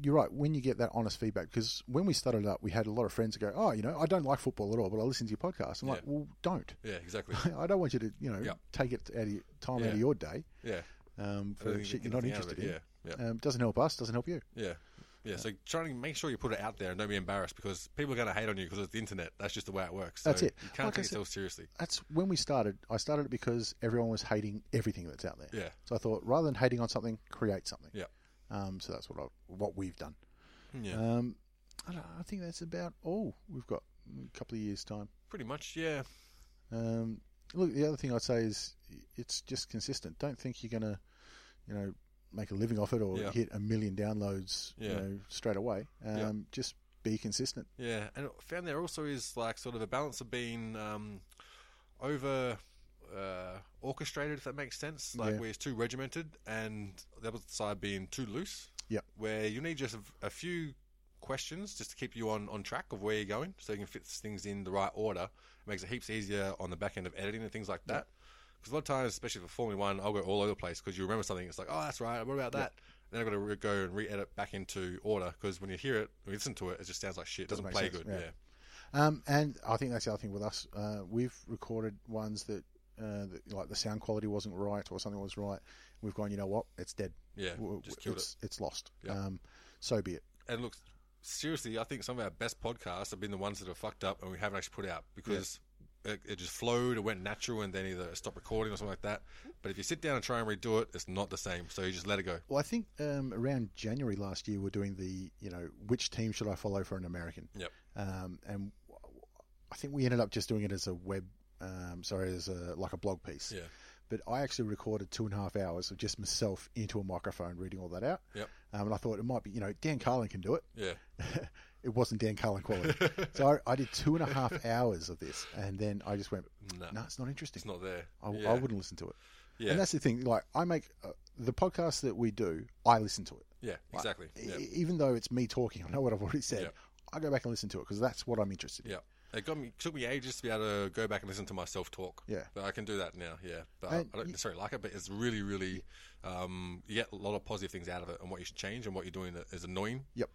S1: You're right. When you get that honest feedback, because when we started up, we had a lot of friends go, "Oh, you know, I don't like football at all, but I listen to your podcast." I'm like, "Well, don't." *laughs*
S2: Yeah, exactly.
S1: I don't want you to, you know,
S2: Yeah.
S1: take it out of your, time out
S2: Yeah.
S1: of your day.
S2: yeah.
S1: um,
S2: don't
S1: for
S2: think
S1: shit
S2: they
S1: you're
S2: get
S1: not
S2: nothing out of
S1: interested
S2: it,
S1: in.
S2: yeah,
S1: Um, doesn't help us, doesn't help you.
S2: Yeah. Yeah, so trying to make sure you put it out there and don't be embarrassed because people are going to hate on you because it's the internet. That's just the way it works. So
S1: That's it.
S2: You can't
S1: Like I
S2: take
S1: said-
S2: yourself seriously.
S1: That's when we started. I started it because everyone was hating everything that's out there.
S2: Yeah.
S1: So I thought, rather than hating on something, create something.
S2: Yeah.
S1: Um, so that's what I, what we've done.
S2: Yeah.
S1: Um, I, don't know, I think that's about all we've got. in A couple of years time.
S2: Pretty much, yeah.
S1: Um, look, the other thing I'd say is it's just consistent. Don't think you're gonna, you know, make a living off it or
S2: Yeah.
S1: hit a million downloads, you
S2: Yeah.
S1: know, straight away. Um,
S2: Yeah.
S1: Just be consistent.
S2: Yeah. And I found there also is like sort of a balance of being um, over uh, orchestrated, if that makes sense. Like
S1: Yeah.
S2: where it's too regimented and the other side being too loose.
S1: Yep.
S2: Where you need just a, a few questions just to keep you on, on track of where you're going so you can fit things in the right order. It makes it heaps easier on the back end of editing and things like that. Because a lot of times, especially for Formula One, I'll go all over the place because you remember something. It's like, oh, that's right. What about that? Then I've got to re- go and re edit back into order because when you hear it, when you listen to it, it just sounds like shit. It doesn't,
S1: Doesn't
S2: play
S1: make sense,
S2: good.
S1: yeah. Um, and I think that's the other thing with us. Uh, we've recorded ones that, uh, that, like the sound quality wasn't right or something was right. We've gone, you know what? It's dead.
S2: Yeah,
S1: W-
S2: just
S1: w-
S2: killed
S1: it's, It's lost.
S2: Yeah.
S1: Um, so be it.
S2: and look, seriously, I think some of our best podcasts have been the ones that are fucked up and we haven't actually put out because it, it just flowed, it went natural, and then either it stopped recording or something like that. But if you sit down and try and redo it, it's not the same. So you just let it go.
S1: Well, I think um, around January last year, we're doing the, you know, which team should I follow for an American?
S2: Yep.
S1: Um, and w- I think we ended up just doing it as a web, um, sorry, as a like a blog piece.
S2: Yeah.
S1: But I actually recorded two and a half hours of just myself into a microphone reading all that out.
S2: Yep.
S1: Um, and I thought it might be, you know, Dan Carlin can do it.
S2: Yeah.
S1: it wasn't Dan Carlin
S2: *laughs*
S1: quality. so I, I did two and a half hours of this, and then I just went, no, it's not interesting.
S2: It's not there.
S1: I,
S2: yeah.
S1: I wouldn't listen to it.
S2: Yeah.
S1: And that's the thing. Like I make uh, the podcast that we do, I listen to it.
S2: Yeah, exactly.
S1: E-
S2: Yeah.
S1: even though it's me talking, *laughs* I know what I've already said.
S2: Yeah.
S1: I go back and listen to it because that's what I'm interested in.
S2: Yeah. It got me. took me ages to be able to go back and listen to myself talk.
S1: Yeah.
S2: but I can do that now. Yeah, but I, I
S1: And
S2: don't
S1: you-
S2: necessarily like it. But it's really, really, um, you get a lot of positive things out of it, and what you should change, and what you're doing that is annoying.
S1: Yep.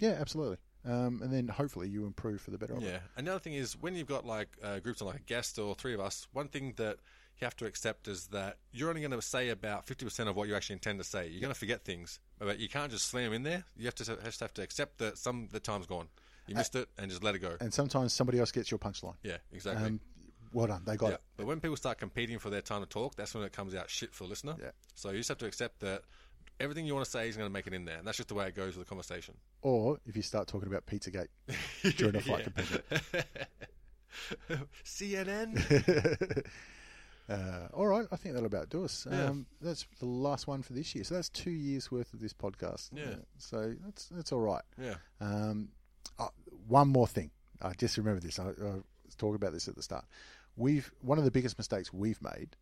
S1: Yeah, absolutely. Um, and then hopefully you improve for the better. of it.
S2: Yeah. Another thing is when you've got like uh, groups of like a guest or three of us, one thing that you have to accept is that you're only going to say about 50% of what you actually intend to say. You're going to forget things, but you can't just slam in there. You have to just have to accept that some the time's gone. You missed it and just let it go.
S1: And sometimes somebody else gets your punchline. Um,
S2: Yeah, exactly.
S1: Well done. They got
S2: yeah.
S1: it.
S2: But when people start competing for their time to talk, that's when it comes out shit for the listener.
S1: Yeah.
S2: So you just have to accept that everything you want to say is going to make it in there. And that's just the way it goes with the conversation.
S1: Or if you start talking about Pizzagate
S2: *laughs*
S1: during a fight competition.
S2: CNN?
S1: Uh, all right, I think that'll about do us. Um, that's the last one for this year, so that's two years worth of this podcast. Uh,
S2: Yeah.
S1: so that's that's all right.
S2: yeah.
S1: Um, uh, one more thing, I just remember this. I, I was talking about this at the start. We've one of the biggest mistakes we've made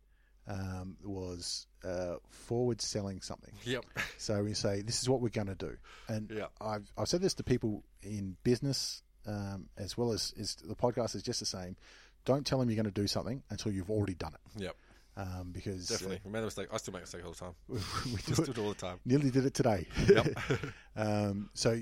S1: um, was uh, forward selling something.
S2: Yep. *laughs*
S1: So we say this is what we're going to do, and
S2: Yeah.
S1: I've I've said this to people in business um, as well as is the podcast is just the same. Don't tell them you're going to do something until you've already done it,
S2: Yep.
S1: um, because uh,
S2: Definitely. We made a mistake. I still make a mistake all
S1: *laughs*
S2: the time. we *laughs* just do it all the time.
S1: Nearly did it today. *laughs*
S2: *laughs*
S1: um, so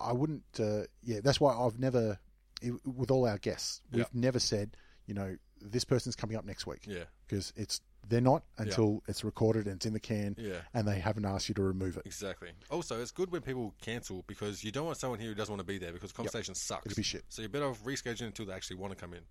S1: I wouldn't. Uh, yeah, that's why I've never, i- with all our guests, we've
S2: Yep.
S1: never said, you know, this person's coming up next week.
S2: Yeah.
S1: because it's they're not until it's recorded and it's in the can,
S2: Yeah.
S1: and they haven't asked you to remove it.
S2: Exactly. Also, it's good when people cancel because you don't want someone here who doesn't want to be there because conversation sucks.
S1: It'd be shit.
S2: So you're better off rescheduling until they actually want to come in.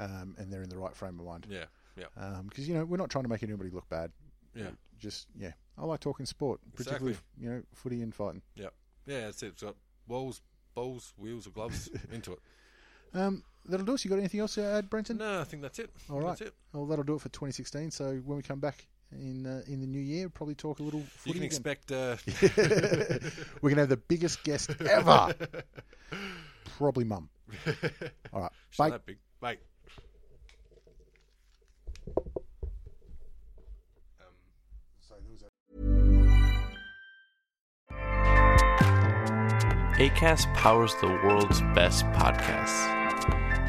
S1: Um, and they're in the right frame of mind.
S2: Yeah. Yeah.
S1: Because you know we're not trying to make anybody look bad.
S2: Yeah.
S1: Just Uh, yeah, I like talking sport, particularly
S2: Exactly.
S1: you know footy and fighting.
S2: Yeah. Yeah. That's it. It's got walls, bowls, wheels, or
S1: *laughs*
S2: gloves into it.
S1: Um, that'll do us. You got anything else to add, Brenton?
S2: No, I think that's it.
S1: All right.
S2: That's it.
S1: Well, that'll do it for 2016. So when we come back in uh, in the new year, probably talk a little footy
S2: You can
S1: again.
S2: expect. Uh,
S1: *laughs* We're gonna have the biggest guest
S2: *laughs*
S1: ever. probably mum. All right. *laughs* Bye.
S2: that big. Bye.
S4: ACAST powers the world's best podcasts.